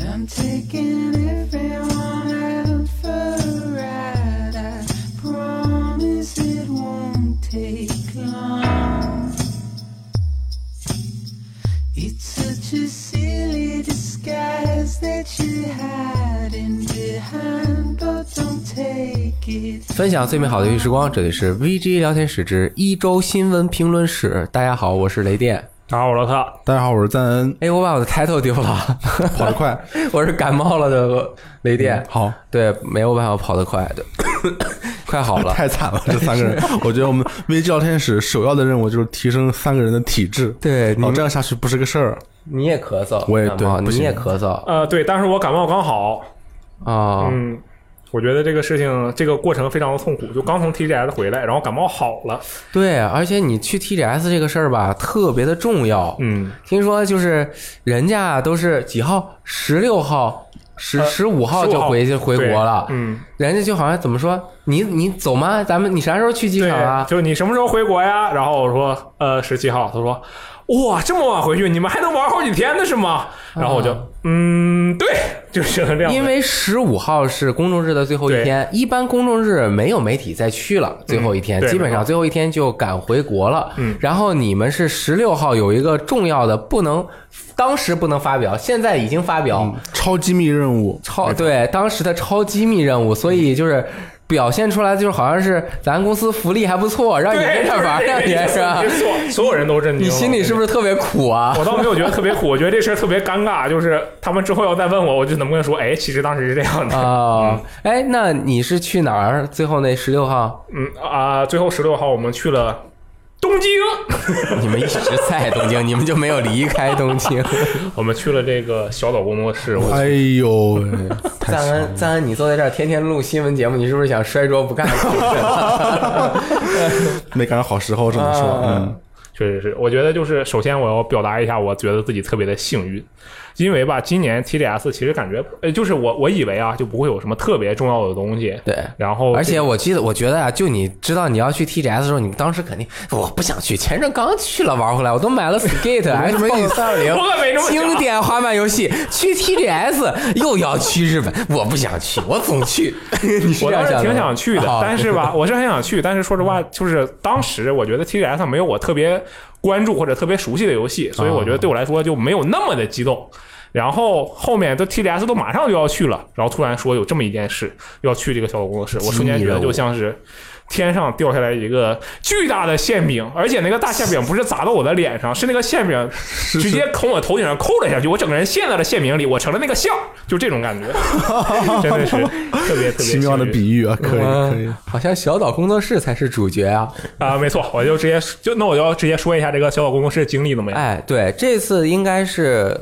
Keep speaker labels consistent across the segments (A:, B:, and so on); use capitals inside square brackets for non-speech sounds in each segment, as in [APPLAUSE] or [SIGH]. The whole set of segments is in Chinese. A: I'm taking everyone out for a ride. I promise it won't take long. It's such a silly disguise that you're hiding behind, but don't take it
B: 分享最美好的游戏时光，这里是 VG 聊天室之一周新闻评论室。大家好，我是雷电。
C: 大家好，我老特，
D: 大家好，我是
B: [LAUGHS]
D: 赞恩，
B: 哎，我把我的 title 丢了， [LAUGHS]
D: 跑得快，
B: 我是感冒了的雷电。
D: 好，
B: 对，没有办法跑得快的，快好了。
D: 太惨了，这三
B: [LAUGHS]
D: 个人，我觉得我们危机聊天室首要的任务就是提升三个人的体质，
B: 对你
D: 老这样下去不是个事儿。
B: 哦你也咳嗽，
D: 我也
B: 感冒
D: 对不
B: 你
D: 行
B: 也咳嗽哦啊、
C: 呃，对，但是我感冒刚好，嗯，我觉得这个事情这个过程非常的痛苦，就刚从 TGS 回来，然后感冒好了，
B: 对，而且你去 TGS 这个事儿吧，特别的重要。
C: 嗯，
B: 听说就是人家都是几号，十六号、十
C: 呃
B: 十五号就
C: 15号
B: 回去回国了
C: 对，嗯，
B: 人家就好像怎么说，你你走吗？咱们你啥时候去机
C: 对
B: 场，啊？
C: 就你什么时候回国呀？然后我说，呃，十七号，他说。哇，这么晚回去，你们还能玩好几天呢，是吗？然后我就，
B: 啊
C: 嗯，对，就是这样的。
B: 因为十五号是公众日的最后一天，一般公众日没有媒体再去了，最后一天、
C: 对
B: 基本
C: 没
B: 上
C: 错
B: 最后一天就赶回国了。
C: 嗯
B: 然后你们是十六号有一个重要的不能，当时不能发表，现在已经发表，
D: 超机密任务，
B: 超对当时的超机密任务，所以就是表现出来就是好像是咱公司福利还不错，让你
C: 对，
B: 跟着玩两年是吧
C: 没？错，所有人都震惊了。
B: 你心里是不是特别苦啊？
C: 我倒没有觉得特别苦，我觉得这事儿特别尴尬，就是他们之后要再问我，我就能不能说，哎，其实当时是这样的。
B: 啊，哎，那你是去哪儿？最后那十六号，
C: 嗯啊、最后十六号我们去了东京， [LAUGHS]
B: 你们一直在东京，你们就没有离开东京。
C: 我们去了这个小岛工作室。我
D: 哎呦喂，
B: [LAUGHS]
D: 太
B: 赞
D: 惨了
B: 恩，赞恩，你坐在这儿天天录新闻节目，你是不是想摔桌不干？
D: 没赶上好时候，只能说，
B: 啊
D: 嗯，
C: 确实是，我觉得就是首先我要表达一下，我觉得自己特别的幸运，因为吧，今年 TDS 其实感觉，呃，就是我我以为啊，就不会有什么特别重要的东西。
B: 对。
C: 然后，
B: [LAUGHS] 而且我记得，我觉得啊，就你知道你要去 TGS 的时候，你当时肯定我不想去，前阵刚去了玩回来，我都买了 [LAUGHS] Skate、
D: 什么
B: Xbox 三六零
C: 我可没这么想
B: 经典滑板游戏，去 TGS 又要去日本，我不想去，我总去。 [LAUGHS] 你是
C: 我
B: 这样
C: 当时
B: 想的
C: 挺想去的，
D: 啊
B: 好
C: 但是
D: [LAUGHS]
C: 吧，我是很想去，但是说实话，就是当时我觉得 TGS 上没有我特别关注或者特别熟悉的游戏，所以我
D: 啊
C: 觉得对我来说就没有那么的激动。然后后面都 TGS 都马上就要去了，然后突然说有这么一件事要去这个小岛工作室，我瞬间觉得就像是天上掉下来一个巨大的馅饼，而且那个大馅饼不是砸到我的脸上，是那个馅饼直接从我头顶上扣了下去，我整个人陷在了馅饼里，我成了那个馅儿，就这种感觉， [LAUGHS] 真的是特别特别
D: [LAUGHS] 奇妙的
C: 幸运
D: 比喻啊，可以
B: 嗯
D: 可以，
B: 好像小岛工作室才是主角啊！
C: [LAUGHS] 啊，没错，我就直接就那我就要直接说一下这个小岛工作室的经历怎么样。
B: 哎，对，这次应该是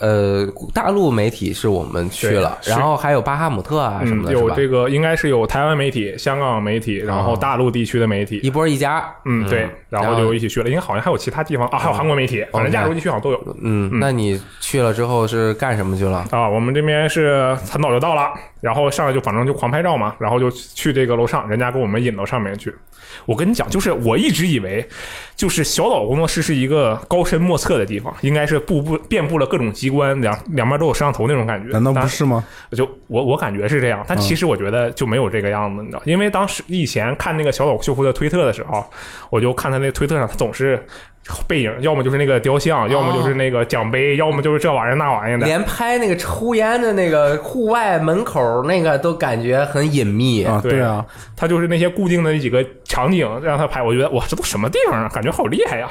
B: 呃，大陆媒体是我们去了，
C: 对是
B: 然后还有巴哈姆特啊什
C: 嗯
B: 么，的，是
C: 有
B: 吧？哦
C: 这个应该是有台湾媒体、香港媒体，然后大陆地区的媒体
B: 一，波一家，
C: 嗯，对，然
B: 然
C: 后
B: 后哦
C: 就一起去了。应该好像还有其他地方啊，还有韩国媒体，反正亚洲地区好像都有。
B: 嗯，那你去了之后是干什么去了？
C: 啊，我们这边是很早就到了，然后上来就反正就狂拍照嘛，然后就去这个楼上，人家给我们引到上面去。我跟你讲，就是我一直以为，就是小岛工作室是一个高深莫测的地方，应该是布布遍布了各种机关，两两边都有摄像头那种感觉。
D: 难道
C: 但
D: 不是吗？
C: 就我我感觉是这样，但其实我觉得就没有这个样子，你知道？因为当时以前看那个小岛秀夫的推特的时候，我就看他那推特上，他总是背影，要么就是那个雕像，要么就是那个奖杯，要么就是这玩意儿那玩意儿的。
B: 连拍那个抽烟的那个户外门口那个都感觉很隐秘，
D: 啊，
C: 对
D: 对啊，
C: 他就是那些固定的那几个场景让他拍，我觉得哇，这都什么地方啊？感觉好厉害呀、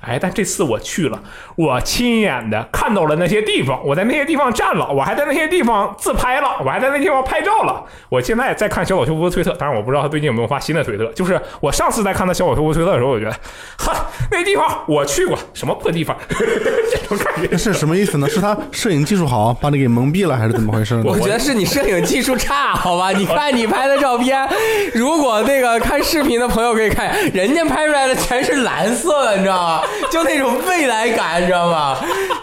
C: 哎，但这次我去了，我亲眼的看到了那些地方，我在那些地方站了，我还在那些地方自拍了，我还在那地方拍照了。我现在在看小岛秀夫的推特，当然我不知道他最近有没有发新的推特。就是我上次在看他小岛秀夫推特的时候，我觉得，哈，那地方我去过，什么破地方， [LAUGHS] 这种感觉
D: 这。是什么意思呢？是他摄影技术好，把你给蒙蔽了，还是怎么回事呢？
B: 我觉得是你摄影技术差，好吧？你看你拍的照片，如果那个看视频的朋友可以看，人家拍出来的全是蓝色的，你知道吗？就那种未来感，你知道吗？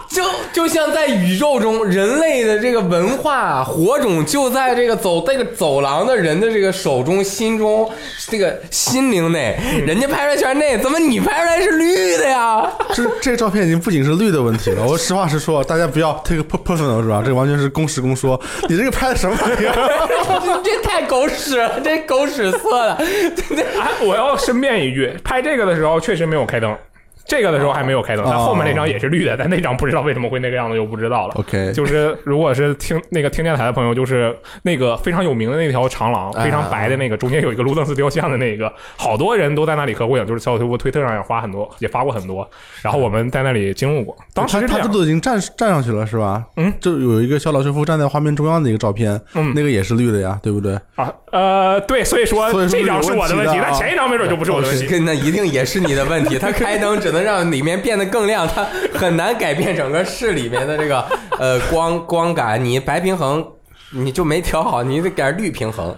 B: 就 [LAUGHS] 就就像在宇宙中，人类的这个文化火种就在这个走这个走廊的人的这个手中、心中、这个心灵内。人家拍出来全是那，怎么你拍出来是绿的呀？ [LAUGHS]
D: 这这照片已经不仅是绿的问题了。我实话实说，大家不要 take per- personal 是吧？这完全是公事公说。你这个拍的什么玩意儿？
B: 这太狗屎了，这狗屎色的。
C: 哎，我要申辩一句，拍这个的时候确实没有开灯，这个的时候还没有开灯，但
D: 哦
C: 后面那张也是绿的，但那张不知道为什么会那个样子，就不知道了。
D: OK
C: 就是如果是听那个听电台的朋友，就是那个非常有名的那条长廊，非
D: 啊
C: 常白的那个，中间有一个路灯斯雕像的那个，好多人都在那里合过影，就是小推波推特上也发很多，也发过很多，然后我们在那里经历过，当时
D: 他
C: 是这
D: 他这
C: 样。
D: 都已经站站上去了是吧？嗯，就有一个小老师傅站在画面中央的一个照片，嗯，那个也是绿的呀，对不对？
C: 啊，呃，对，所以说
D: 所以说
C: 这张是我的问
D: 有
C: 题
D: 问题，的啊
C: 但前一张没准就不是我的问题。
B: [LAUGHS] 跟那一定也是你的问题，它开灯只能让里面变得更亮，它很难改变整个室里面的这个呃光光感。你白平衡你就没调好，你得改绿平衡，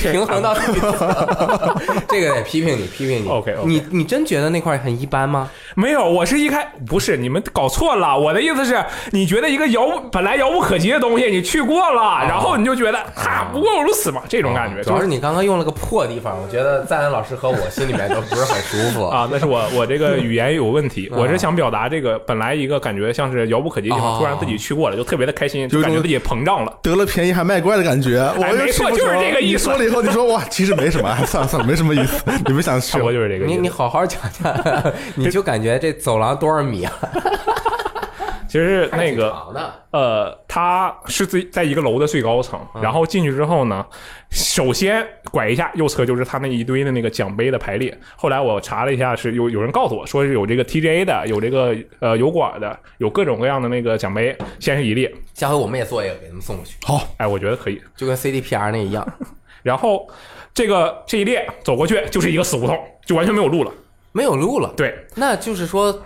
B: 平
C: 啊
B: 衡到绿平
C: [LAUGHS]
B: 衡。这个得批评你，批评你。
C: OK，OK
B: 你你真觉得那块很一般吗？
C: 没有，我是一开不是你们搞错了。我的意思是，你觉得一个遥不本来遥不可及的东西，你去过了，然后你就觉得哈，不过如此嘛，这种感觉
B: 主要
C: 啊就是是
B: 你刚刚用了个破地方，我觉得赞恩老师和我心里面都不是很舒服。
C: 啊，那是啊我我这 [LAUGHS] 个语言有问题，我是想表达这个本来一个感觉像是遥不可及的地
B: 哦
C: 方，突然自己去过了，就特别的开心，就感觉自己膨胀了。
D: 得了便宜还卖乖的感觉，我又
C: 哎没
D: 吃
C: 错
D: 不
C: 就是
D: 成
C: 这个意
D: 你
C: 思
D: 说了以后，你说哇，其实没什么， [LAUGHS] 哎算了算了，没什么意思，你们
C: [LAUGHS]
D: 想去
C: 差不多就是这个意
B: 你
C: 思。
B: 你好好讲
C: [LAUGHS]
B: 讲，你就感觉这走廊多少米啊？
C: 其实那个
B: 还挺长的
C: 呃，它是最在一个楼的最高层，然后进去之后呢，首先拐一下右侧就是它那一堆的那个奖杯的排列。后来我查了一下，是有有人告诉我说是有这个 TGA 的，有这个呃油管的，有各种各样的那个奖杯，先是一列，
B: 下回我们也做一个，给他们送过去，
D: 好，
C: 哎，我觉得可以。
B: 就跟 CDPR 那一样。
C: 然后这个这一列走过去就是一个死胡同，就完全没有路了。
B: 没有路了。，
C: 对，
B: 那就是说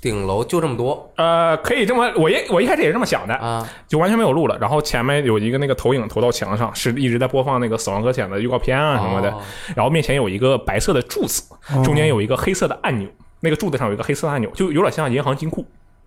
B: 顶楼就这么多
C: 呃，可以这么，我也我一开始也是这么想的
B: 啊，
C: 就完全没有路了。然后前面有一个那个投影投到墙上，是一直在播放那个《死亡搁浅》的预告片啊什么的。
B: 哦
C: 然后面前有一个白色的柱子，中间有一个黑色的按钮，那个柱子上有一个黑色的按钮，就有点像银行金库。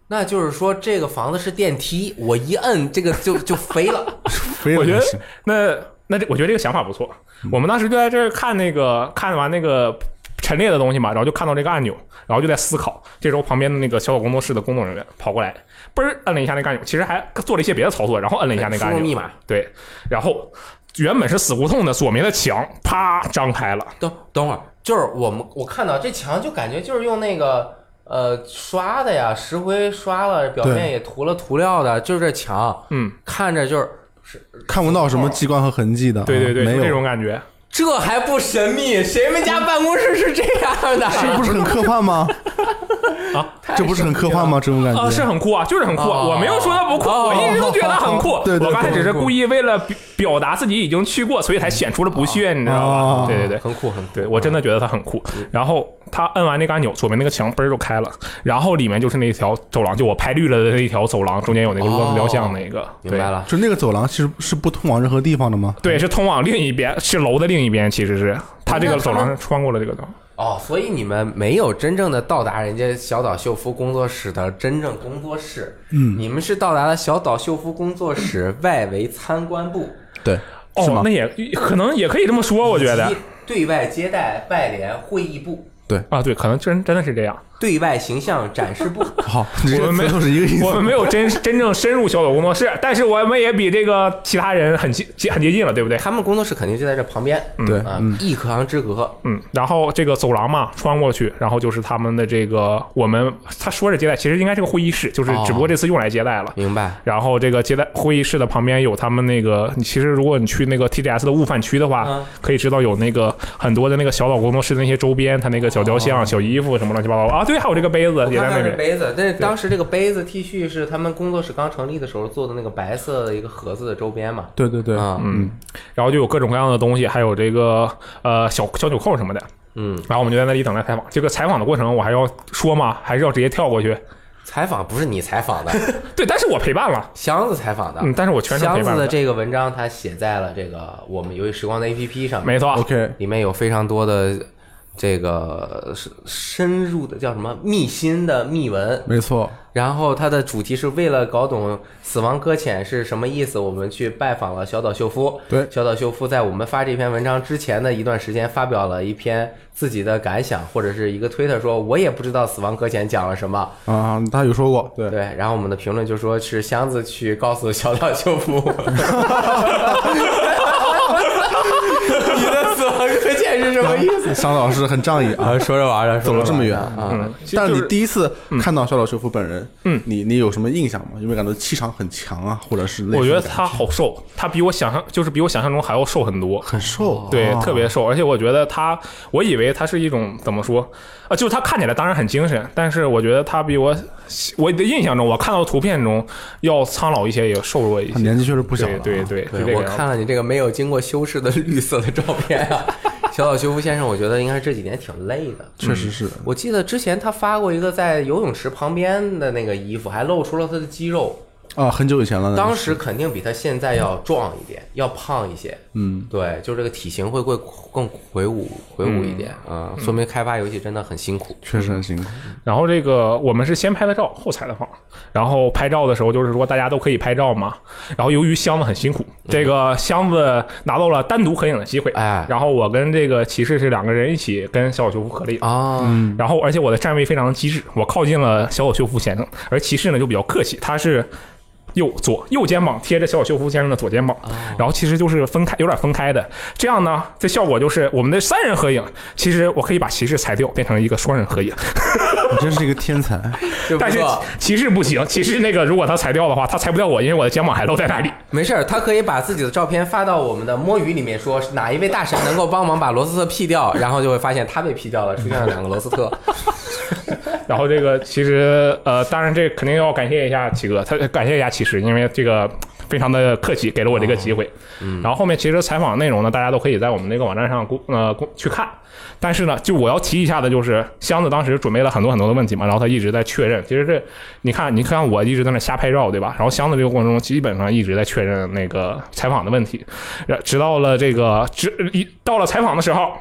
B: 那就是说这个房子是电梯，我一摁这个就就飞了。 [LAUGHS]
D: 非
C: 我
D: 常
C: 觉得
D: 行
C: 那那这我觉得这个想法不错。我们当时就在这儿看那个看完那个。陈列的东西嘛，然后就看到这个按钮，然后就在思考。这时候旁边的那个小小工作室的工作人员跑过来，嘣儿摁了一下那个按钮，其实还做了一些别的操作，然后摁了一下那个按
B: 输
C: 钮，
B: 入密码
C: 对，然后原本是死胡同的左面的墙，啪张开了，
B: 等等会儿，就是我们我看到这墙就感觉就是用那个。呃，刷的呀，石灰刷了，表面
D: 对
B: 也涂了涂料的，就是这墙，
C: 嗯，
B: 看着就是，
D: 看不到什么机关和痕迹的，
C: 对对对，就
D: 啊没
C: 这
D: 有
C: 种，感觉。
B: 这还不神秘？谁们家办公室是这样的？
D: 这不是很科幻吗？
C: [LAUGHS] 啊，
D: 这不是很科幻吗？这种感
C: 啊，是
D: 觉，
C: 很酷啊，就是很酷啊！
B: 哦
C: 我没有说它不酷，
B: 哦
C: 我一直都觉得很酷。
D: 对对
C: 我刚才
D: 对
C: 只是
D: 酷
C: 故意为了表表达自己已经去过，所以才显出了不屑，你知道
D: 哦
C: 吧？对对对，
B: [LAUGHS] 很酷很酷。
C: 对我真的觉得它很酷。然后他摁完那个按钮，左边那个墙嘣儿就开了，然后里面就是那条走廊，就我拍绿了的那一条走廊，中间有那个
B: 哦
C: 路灯雕像那个，
B: 明白
C: 对。
B: 了。
D: 就那个走廊其实是不通往任何地方的吗？
C: 对，是通往另一边，是楼的另一边，其实是他这
B: 那
C: 个
B: 他
C: 走廊
B: 们
C: 是穿过了这个的。
B: 哦，所以你们没有真正的到达人家小岛秀夫工作室的真正工作室，嗯，你们是到达了小岛秀夫工作室外围参观部，
D: 对，是
C: 哦
D: 吗，
C: 那？也可能也可以这么说，我觉得
B: 以及对外接待外联会议部、
C: 啊，对，可能真真的是这样。
B: 对外形象展示
C: [LAUGHS]
B: 部。
D: 好，这
C: 我们没
D: 都是一个意
C: 我
D: 思。
C: 们没有真真正深入小岛工作室，但是我们也比这个其他人很接很接近了，对不对？
B: 他们工作室肯定就在这旁边，
D: 对
B: 啊，一隔行之隔。
C: 嗯，然后这个走廊嘛，穿过去，然后就是他们的这个我们他说是接待，其实应该是个会议室，就是
B: 哦
C: 只不过这次用来接待了。
B: 明白，
C: 然后这个接待会议室的旁边有他们那个，你其实如果你去那个 TGS 的悟饭区的话，
B: 嗯
C: 可以知道有那个很多的那个小岛工作室的那些周边，他那个小雕像、小衣服什么乱七八糟啊，对，还有这个杯子也
B: 看
C: 在那
B: 看这
C: 边。
B: 杯子，但是当时这个杯子 T 恤是他们工作室刚成立的时候做的那个白色的一个盒子的周边嘛？
D: 对对对，
B: 啊，嗯
C: 然后就有各种各样的东西，还有这个呃小小纽扣什么的。
B: 嗯，
C: 然后我们就在那里等待采访。这个采访的过程我还要说吗？还是要直接跳过去？
B: 采访不是你采访的，
C: 对，但是我陪伴了。
B: 箱子采访的，
C: 嗯但是我全程
B: 箱
C: 陪伴
B: 子的
C: 的
B: 这个文章，它写在了这个我们由于时光的 APP 上面，
C: 没错
D: OK
B: 里面有非常多的这个是深入的叫什么密心的密文，
D: 没错，
B: 然后它的主题是为了搞懂死亡搁浅是什么意思，我们去拜访了小岛秀夫。
D: 对
B: 小岛秀夫在我们发这篇文章之前的一段时间，发表了一篇自己的感想，或者是一个推特说，我也不知道死亡搁浅讲了什么。
D: 啊，他有说过，对，
B: 对，然后我们的评论就说是箱子去告诉小岛秀夫， [LAUGHS] 你的死亡搁浅是什么意思？
D: 桑老师很仗义啊，
B: 啊，说着玩儿的，
D: 走
B: 走
D: 了这么远
B: 啊，
C: 嗯，其
D: 但是
C: 实
D: 你
C: 就
D: 第一次看到小岛秀夫本人，嗯，你你有什么印象吗？有没有感觉气场很强啊，或者是那
C: 我觉得
D: 种
C: 他好瘦，他比我想象就是比我想象中还要瘦很多，
D: 很瘦，
C: 对，
D: 啊
C: 特别瘦，而且我觉得他，我以为他是一种怎么说啊，就是他看起来当然很精神，但是我觉得他比我我的印象中，我看到的图片中要苍老一些，也瘦弱一
D: 他
C: 些。
D: 年纪确实不小了
C: 对
D: 啊，
C: 对对，就这
B: 对，
C: 个
B: 我
C: 样子
B: 看了你这个没有经过修饰的绿色的照片啊，小岛修夫先生，我觉得应该是这几年挺累的。
D: 确实是。
B: 我记得之前他发过一个在游泳池旁边的那个衣服，还露出了他的肌肉，
D: 啊，很久以前
C: 嗯
D: 了。
B: 当时肯定比他现在要壮一点，要胖一些。嗯，对，就这个体型会会更魁梧魁梧一点
C: 嗯
B: 啊、说明开发游戏真的很辛苦。
D: 确实很辛苦，
C: 然后这个我们是先拍的照，后采的访。然后拍照的时候，就是说大家都可以拍照嘛。然后由于箱子很辛苦，
D: 嗯
C: 这个箱子拿到了单独合影的机会。
B: 哎
C: 然后我跟这个骑士是两个人一起跟小小修夫合了影。
B: 啊、
C: 然后而且我的站位非常机智，我靠近了小小修夫先生，而骑士呢就比较客气，他是。右左右肩膀贴着小小修夫先生的左肩膀，然后其实就是分开，有点分开的。这样呢，这效果就是我们的三人合影，其实我可以把骑士裁掉，变成一个双人合影。
D: 你 [LAUGHS] 真是一个天才。
B: 这不
C: 但是
B: 错，
C: 骑士不行，骑士那个如果他裁掉的话，他裁不掉我，因为我的肩膀还露在那里。
B: 没事儿，他可以把自己的照片发到我们的摸鱼里面，说哪一位大神能够帮忙把罗斯特 P
C: [LAUGHS]
B: 掉，然后就会发现他被 P 掉了，出现了两个罗斯特。 [LAUGHS]
C: 然后这个其实呃，当然这肯定要感谢一下奇哥，他感谢一下骑士，因为这个非常的客气，给了我这个机会。然后后面其实采访内容呢，大家都可以在我们那个网站上公呃公去看。但是呢，就我要提一下的就是箱子当时准备了很多很多的问题嘛，然后他一直在确认。其实这你看，你看我一直在那瞎拍照，对吧？然后箱子这个过程中基本上一直在确认那个采访的问题，然直到了这个直一到了采访的时候，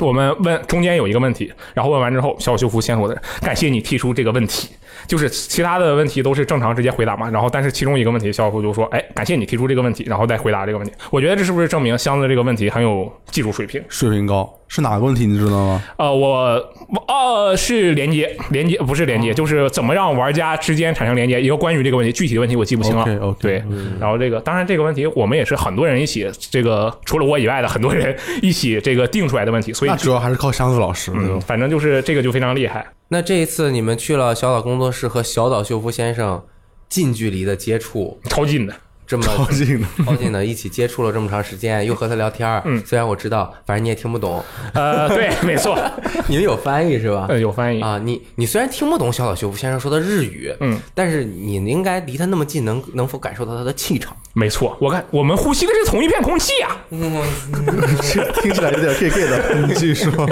C: 我们问中间有一个问题，然后问完之后，小修夫先说的，感谢你提出这个问题，就是其他的问题都是正常直接回答嘛，然后但是其中一个问题，小小夫就说，哎，感谢你提出这个问题，然后再回答这个问题，我觉得这是不是证明箱子这个问题很有技术水平？
D: 水平高是哪个问题？你知道吗？
C: 呃，我呃是连接连接不是连接，就是怎么让玩家之间产生连接，一个关于这个问题具体的问题我记不清了。
D: OK，OK，
C: 对，然后这个当然这个问题我们也是很多人一起这个除了我以外的很多人一起这个定出来的问题，所以
D: 那主要还是靠箱子老师，对
C: 嗯，
D: 吧？
C: 反正就是这个就非常厉害。
B: [LAUGHS] 那这一次你们去了小岛工作室和小岛秀夫先生近距离的接触，
C: 超近的。
B: 这么
D: 靠近 [LAUGHS] 的，
B: 靠近的一起接触了这么长时间，又和他聊天儿，
C: 嗯
B: 虽然我知道，反正你也听不懂，[LAUGHS]
C: 呃，对，没错，
B: 你们有翻译是吧？
C: 呃，有翻译。
B: 啊，你你虽然听不懂小岛秀夫先生说的日语，
C: 嗯，
B: 但是你应该离他那么近，能能否感受到他的气场？
C: 没错，我看我们呼吸的是同一片空气啊呀、
D: 这听起来有点 gay gay [LAUGHS] 的。你继续说，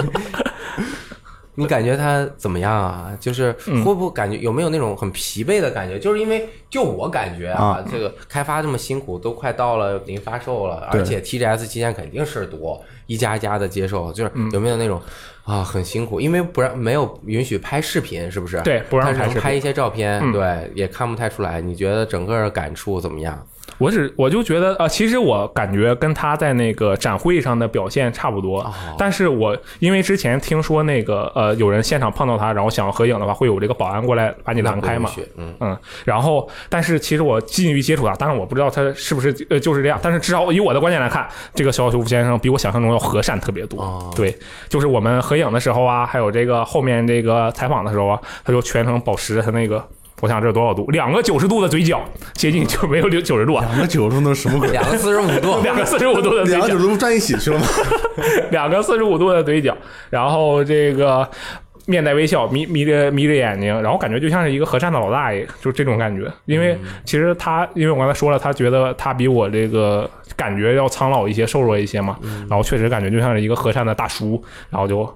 B: 你感觉他怎么样啊？就是
C: 嗯
B: 会不会感觉有没有那种很疲惫的感觉？就是因为就我感觉啊，这个开发这么辛苦，都快到了临发售了，
D: 对
B: 而且 TGS 期间肯定事儿多，一家一家的接受，就是
C: 嗯
B: 有没有那种啊很辛苦？因为不让没有允许拍视频，是不是？
C: 对不让
B: 但是
C: 拍
B: 能
C: 视频嗯
B: 拍一些照片，对，也看不太出来。你觉得整个感触怎么样？
C: 我只我就觉得啊、呃其实我感觉跟他在那个展会上的表现差不多，
B: 哦
C: 但是我因为之前听说那个呃有人现场碰到他，然后想要合影的话，会有这个保安过来把你拦开嘛
B: 那不允许。嗯，
C: 嗯，然后，但是其实我近距离接触他，但是我不知道他是不是呃就是这样。但是至少以我的观点来看，这个小小修夫先生比我想象中要和善特别多。
B: 哦
C: 对，就是我们合影的时候啊，还有这个后面这个采访的时候啊，他就全程保持他那个，我想这是多少度？两个九十度的嘴角，接近就没有六九十度啊，，
D: 两个九十度什么鬼？
B: 两个四十五度
C: [LAUGHS] 两个四十五度的嘴
D: 两
C: 角
D: 个九，十度站一起去了吗？
C: 两个四十五度的嘴角，然后这个。面带微笑，眯眯着眯着眼睛，然后感觉就像是一个和善的老大爷，就这种感觉。因为其实他，因为我刚才说了，他觉得他比我这个感觉要苍老一些、瘦弱一些嘛，然后确实感觉就像是一个和善的大叔，然后就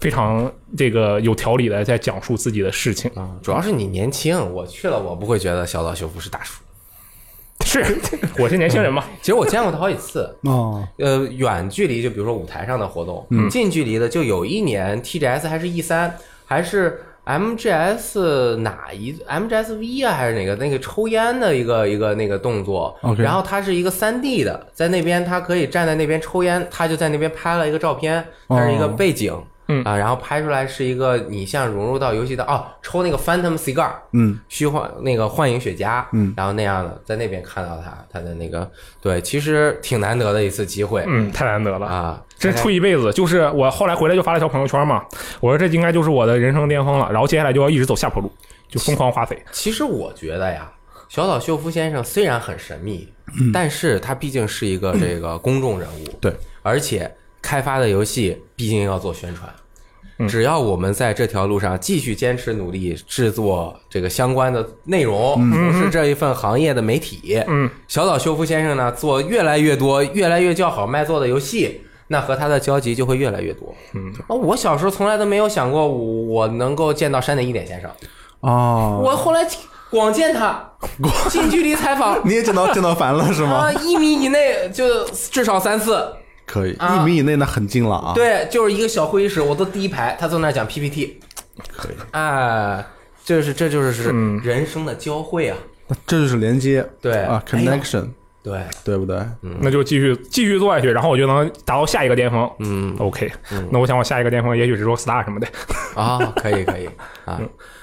C: 非常这个有条理的在讲述
B: 嗯
C: 自己的事情。
B: 主要是你年轻，我去了我不会觉得小岛秀夫是大叔。
C: 是 [LAUGHS] 我是年轻人嘛，
B: 其实我见过他好几次，
D: 哦，
B: 呃，远距离就比如说舞台上的活动，
D: 嗯
B: 近距离的就有一年 TGS 还是 E 三还是。MGS 哪一 MGSV 啊还是哪个那个抽烟的一个一个那个动作
D: OK
B: 然后它是一个三 D 的，在那边他可以站在那边抽烟，他就在那边拍了一个照片，它是一个
D: 哦
B: 背景，
C: 嗯
B: 啊，然后拍出来是一个你像融入到游戏的哦，抽那个 Phantom Cigar，
D: 嗯，
B: 虚幻那个幻影雪茄，
D: 嗯，
B: 然后那样的在那边看到他，他的那个对，其实挺难得的一次机会、
C: 嗯，太难得了。
B: 啊，
C: 真是出一辈子，就是我后来回来就发了条朋友圈嘛，我说这应该就是我的人生巅峰了，然后接下来就要一直走下坡路，就疯狂花费。
B: 其实我觉得呀，小岛秀夫先生虽然很神秘，
C: 嗯
B: 但是他毕竟是一个这个公众人物，
D: 对，
B: 而且开发的游戏毕竟要做宣传。只要我们在这条路上继续坚持努力，制作这个相关的内容，从事这一份行业的媒体。
C: 嗯，
B: 小岛秀夫先生呢，做越来越多、越来越叫好卖座的游戏，那和他的交集就会越来越多。嗯，我小时候从来都没有想过我我能够见到山田一点先生。
D: 哦，
B: 我后来广见他，近距离采访
D: [LAUGHS] 你也见到见到烦了是吗
B: 啊，？一米以内就至少三次，
D: 可以，
B: 啊
D: 一米以内那很近了啊。，
B: 对，就是一个小会议室，我坐第一排，他坐那儿讲 PPT，
D: 可以，
B: 啊，这是这就是是人生的交汇啊，
D: 那这就是连接，
B: 对
D: 啊
B: 哎呀
D: ，connection，
B: 对，
D: 对不对？
C: 那就继续继续做下去，然后我就能达到下一个巅峰。嗯，OK，那我想我下一个巅峰也许是说 star 什么的。
B: 啊，可以可以啊，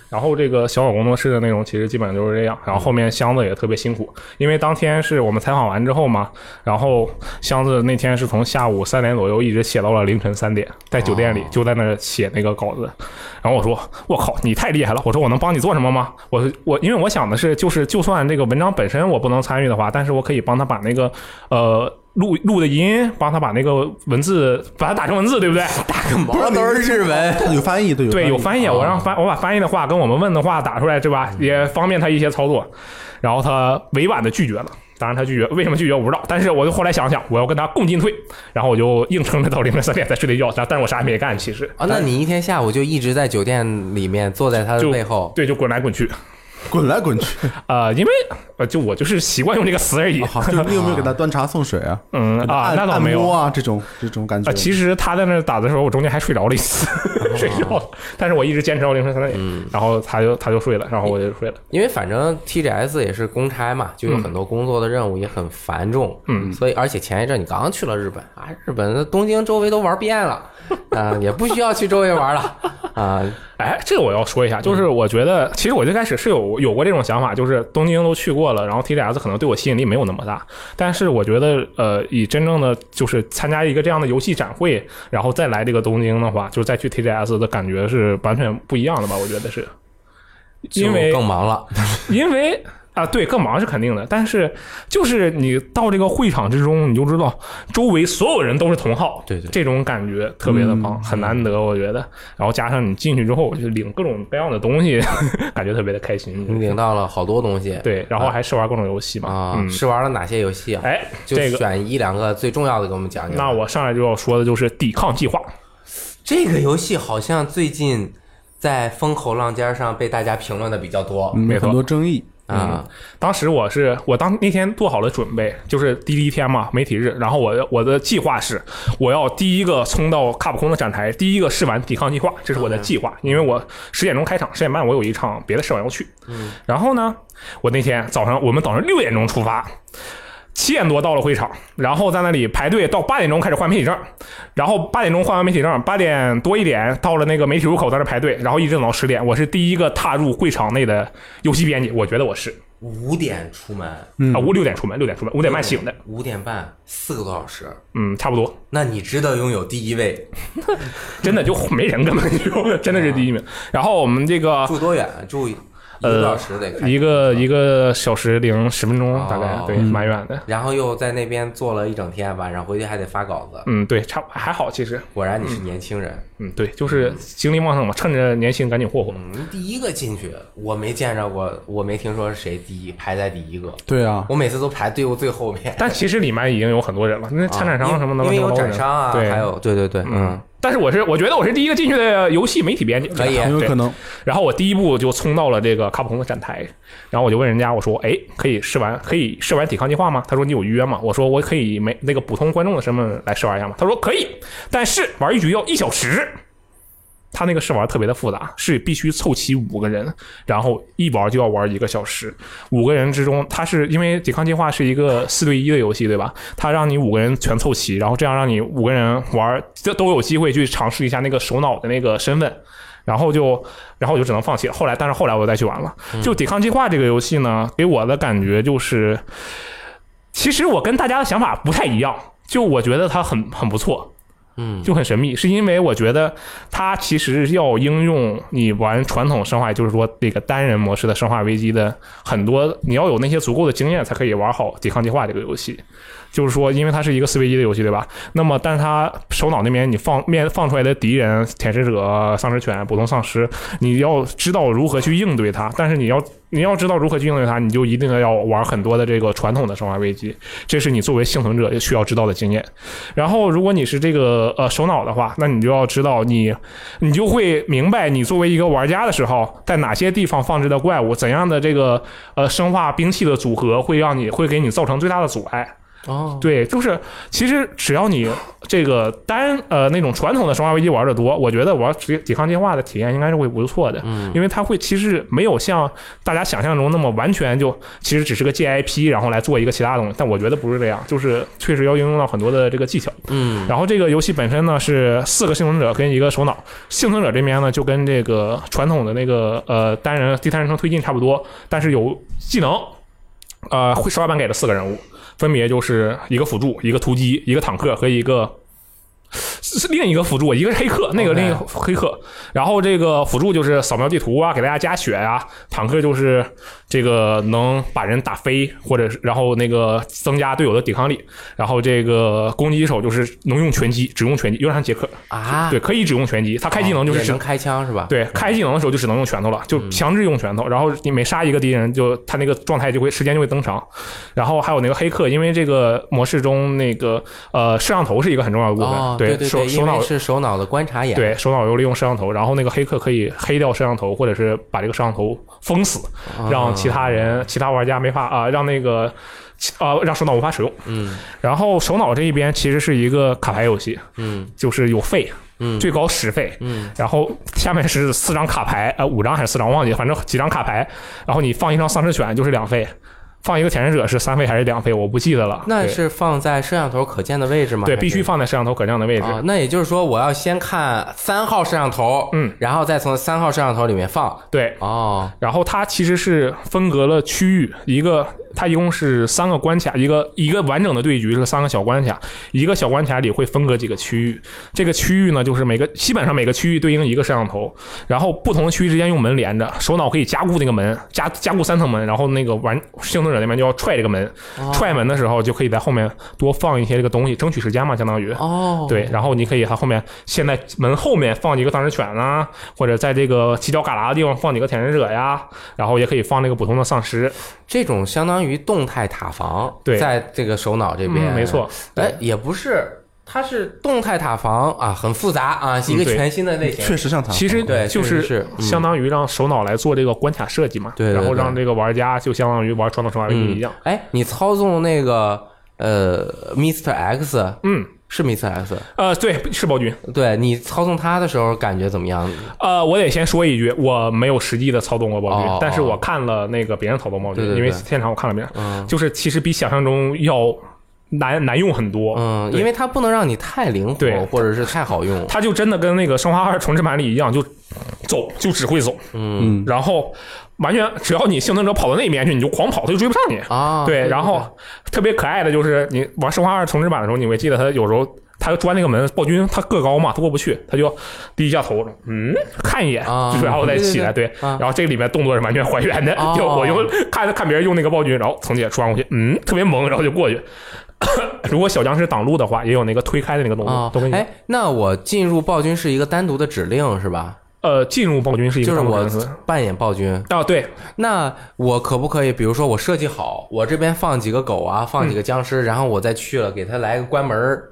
C: 然后这个小岛工作室的内容其实基本上就是这样，然后后面箱子也特别辛苦，因为当天是我们采访完之后嘛，然后箱子那天是从下午三点左右一直写到了凌晨三点，在酒店里
B: 哦
C: 就在那儿写那个稿子，然后我说我靠你太厉害了，我说我能帮你做什么吗？我我因为我想的是就是就算这个文章本身我不能参与的话，但是我可以帮他把那个呃。录录的音，帮他把那个文字，把它打成文字，对不对？
D: 不是
B: 都是日文，
D: 有翻译，对，有
C: 对，有翻译，我让翻我把翻译的话跟我们问的话打出来，对吧？也方便他一些操作。然后他委婉的拒绝了，当然他拒绝，为什么拒绝我不知道。但是我就后来想想，我要跟他共进退，然后我就硬撑着到凌晨三点才睡的觉，但但是我啥也没干，其实
B: 啊，那你一天下午就一直在酒店里面坐在他的
C: 就
B: 背后，
C: 对，就滚来滚去，
D: 滚来滚去。
C: 呃，因为呃，就我就是习惯用这个词而已，
D: 好，就是你有没有给他端茶送水啊？
C: [LAUGHS] 嗯啊，
D: 按
C: 那倒没
D: 按
C: 有
D: 摩。啊，这种这种感觉。
C: 啊，其实他在那打的时候，我中间还睡着了一次， [LAUGHS] 睡着了，但是我一直坚持到凌晨三点，然后他就他就睡了，然后我就睡了。
B: 因为反正 TGS 也是公差嘛，就有很多工作的任务也很繁重，嗯，所以而且前一阵你刚去了日本啊，日本的东京周围都玩遍了，啊、也不需要去周围玩了啊、
C: 哎，这个我要说一下，就是
B: 嗯
C: 我觉得，其实我最开始是有有过这种想法，就是东京都去过了，然后 TGS 可能对我吸引力没有那么大。但是我觉得，呃，以真正的就是参加一个这样的游戏展会，然后再来这个东京的话，就是再去 TGS 的感觉是完全不一样的吧？我觉得是，因为
B: 就更忙了，
C: 因为啊，对，更忙是肯定的，但是就是你到这个会场之中，你就知道周围所有人都是同号，
B: 对对
C: 这种感觉特别的棒，
D: 嗯
C: 很难得，我觉得。然后加上你进去之后，我就领各种各样的东西， [LAUGHS] 感觉特别的开心。
B: 你领到了好多东西，
C: 对，然后还试玩各种游戏嘛，
B: 啊、
C: 嗯，
B: 是玩了哪些游戏啊？
C: 哎，
B: 就
C: 这个。
B: 选一两个最重要的给我们讲讲。
C: 那我上来就要说的就是抵抗计划，
B: 这个游戏好像最近在风口浪尖上被大家评论的比较多
D: 嗯
C: 没
D: 有
C: 错
D: 很多争议。
B: 啊、
C: 当时我是我当那天做好了准备，就是第一天嘛，媒体日，然后我我的计划是我要第一个冲到卡普空的展台，第一个试玩抵抗计划，这是我的计划，因为我十点钟开场，十点半我有一场别的试玩要去，嗯，然后呢，我那天早上我们早上六点钟出发。七点多到了会场，然后在那里排队到八点钟开始换媒体证，然后八点钟换完媒体证，八点多一点到了那个媒体入口在那排队，然后一直等到十点。我是第一个踏入会场内的游戏编辑，我觉得我是。
B: 五点出门，
C: 啊，五六点出门，六点出门，五点半醒的，
B: 五点半，四个多小时，
C: 嗯，差不多，
B: 那你值得拥有第一位，[LAUGHS]
C: 真的就没人，根本就真的是第一名。然后我们
B: [LAUGHS]
C: 这个
B: 住多远？啊住一个多小时得开
C: 啊呃一个一个小时零十分钟，大概
B: 哦
C: 对，蛮远的，
B: 然后又在那边坐了一整天，晚上回去还得发稿子。
C: 嗯，对，差不还好，其实，
B: 果然你是年轻人，
C: 嗯，对，就是精力旺盛嘛，趁着年轻赶紧霍霍。
B: 你第一个进去，我没见着过，我没听说是谁第一排在第一个，
D: 对啊，
B: 我每次都排队伍最后面。
C: 但其实里面已经有很多人了，那参展商什么
B: 啊
C: 的，
B: 因为因为有
C: 乱七八糟
B: 展
C: 人
B: 商啊，
C: 对，
B: 还有对对对，嗯，哎
C: 但是我是我觉得我是第一个进去的游戏媒体编辑，
B: 嗯可以
C: 对
D: 很有可能。
C: 然后我第一步就冲到了这个卡普空的展台，然后我就问人家，我说：“哎，可以试玩，可以试玩抵抗计划吗？”他说：“你有预约吗？”我说：“我可以没那个普通观众的身份来试玩一下吗？”他说：“可以，但是玩一局要一小时。”他那个试玩特别的复杂，是必须凑齐五个人，然后一玩就要玩一个小时。五个人之中，他是因为抵抗计划是一个四对一的游戏，对吧？他让你五个人全凑齐，然后这样让你五个人玩，这都有机会去尝试一下那个首脑的那个身份。然后就，然后我就只能放弃了。后来，但是后来我又再去玩了。就抵抗计划这个游戏呢，给我的感觉就是，其实我跟大家的想法不太一样。就我觉得它很很不错，
B: 嗯，
C: 就很神秘，是因为我觉得它其实要应用你玩传统生化，也就是说这个单人模式的生化危机的很多，你要有那些足够的经验才可以玩好《抵抗计划》这个游戏。就是说，因为它是一个四 v 一的游戏，对吧？那么，但是它首脑那边你放面放出来的敌人，舔食者、丧尸犬、普通丧尸，你要知道如何去应对它。但是你要你要知道如何去应对它，你就一定要玩很多的这个传统的生化危机，这是你作为幸存者需要知道的经验。然后，如果你是这个呃首脑的话，那你就要知道你，你就会明白你作为一个玩家的时候，在哪些地方放置的怪物，怎样的这个呃生化兵器的组合会让你会给你造成最大的阻碍。
B: 哦，
C: 对，就是其实只要你这个单呃那种传统的生化危机玩的多，我觉得玩抵抵抗进化的体验应该是会不错的，嗯，因为它会其实没有像大家想象中那么完全就其实只是个 GIP，然后来做一个其他东西，但我觉得不是这样，就是确实要应用到很多的这个技巧。
B: 嗯，
C: 然后这个游戏本身呢是四个幸存者跟一个首脑，幸存者这边呢就跟这个传统的那个呃单人第三人称推进差不多，但是有技能，呃，会手把板给了四个人物，分别就是一个辅助、一个突击、一个坦克和一个。是是另一个辅助，一个是黑客，那个
B: OK
C: 另一个黑客。然后这个辅助就是扫描地图啊，给大家加血啊。坦克啊就是这个能把人打飞，或者是然后那个增加队友的抵抗力。然后这个攻击手就是能用拳击，只用拳击，有点像杰克，
B: 啊，
C: 对，可以只用拳击。他开技能就是
B: 也
C: 只
B: 能开枪是吧？，
C: 对，开技能的时候就只能用拳头了，
B: 嗯
C: 就强制用拳头。然后你每杀一个敌人，就他那个状态就会时间就会增长。然后还有那个黑客，因为这个模式中那个呃摄像头是一个很重要的部分，
B: 哦，对对
C: 手
B: 对，
C: 手
B: 因
C: 脑
B: 为是手脑的观察眼，，
C: 对手脑游利用摄像头，然后那个黑客可以黑掉摄像头，或者是把这个摄像头封死，
B: 哦
C: 让其他人、其他玩家没法啊、让那个啊、让手脑无法使用。
B: 嗯
C: 然后首脑这一边其实是一个卡牌游戏，
B: 嗯
C: 就是有费，
B: 嗯
C: 最高十费，
B: 嗯，
C: 然后下面是四张卡牌，呃，五张还是四张，忘记了，反正几张卡牌。然后你放一张丧尸犬就是两费，放一个潜食者是三费还是两费，我不记得了。
B: 那
C: 对
B: 是放在摄像头可见的位置吗？
C: 对，
B: 还
C: 必须
B: 是
C: 放在摄像头可降的位置。
B: 啊，那也就是说，我要先看三号摄像头，
C: 嗯，
B: 然后再从三号摄像头里面放。
C: 对，
B: 哦，
C: 然后它其实是分隔了区域，一个它一共是三个关卡，一个一个完整的对局是三个小关卡，一个小关卡里会分隔几个区域，这个区域呢就是每个基本上每个区域对应一个摄像头，然后不同的区域之间用门连着，首脑可以加固那个门，加加固三层门，然后那个玩幸存者那边就要踹这个门，踹门的时候就可以在后面多放一些这个东西，争取时间嘛，相当于
B: 哦，
C: 对，然后你可以它后面现在门后面放几个丧尸犬啊，或者在这个犄角旮旯的地方放几个舔食者呀，然后也可以放那个普通的丧尸。
B: 这种相当于动态塔防，
C: 对
B: 在这个首脑这边，
C: 嗯没错。
B: 哎，也不是，它是动态塔防啊，很复杂啊，是一个
C: 嗯对
B: 全新的类型。
D: 确实像他，
C: 其实
B: 啊对
C: 就
B: 确实是嗯
C: 相当于让首脑来做这个关卡设计嘛，
B: 对对
C: 然后
B: 对
C: 让这个玩家就相当于玩传统生化危机一样。
B: 哎，你操纵那个呃，Mr. X
C: 嗯，
B: 是 Mr. X，
C: 呃，对，是暴君。
B: 对你操纵他的时候感觉怎么样？
C: 呃，我得先说一句，我没有实际的操纵过暴君，
B: 哦
C: 但是我看了那个别人操纵暴君，
B: 对对对
C: 因为现场我看了别人，
B: 嗯
C: 就是其实比想象中要难难用很多。
B: 嗯，
C: 哦对
B: 因为它不能让你太灵活
C: 对，
B: 或者是太好
C: [LAUGHS]
B: 用。
C: 它就真的跟那个《生化二》重置版里一样，就走，就只会走，
B: 嗯
D: 嗯，
C: 然后完全只要你幸存者跑到那边去，你就狂跑，他就追不上你。
B: 啊，
C: 对，然后特别可爱的就是你玩《生化二》重置版的时候，你会记得他有时候他要钻那个门，暴君他个高嘛，他过不去，他就低一下头，嗯，看一眼，
B: 啊
C: 就是然后再起来。 [LAUGHS] 对，
B: 啊
C: 然后这个里面动作是完全还原的，
B: 哦
C: 就我用看看别人用那个暴君，然后从底下穿过去，嗯，特别萌，然后就过去。 [COUGHS] 如果小僵尸挡路的话，也有那个推开的那个动
B: 啊
C: 作，都跟，你
B: 哎，那我进入暴君是一个单独的指令是吧？
C: 呃进入暴君是一个
B: 就是
C: 单独
B: 我
C: 名词
B: 扮演暴君，
C: 啊，对，
B: 那我可不可以，比如说我设计好，我这边放几个狗啊，放几个僵尸，然后我再去了，给他来个关门儿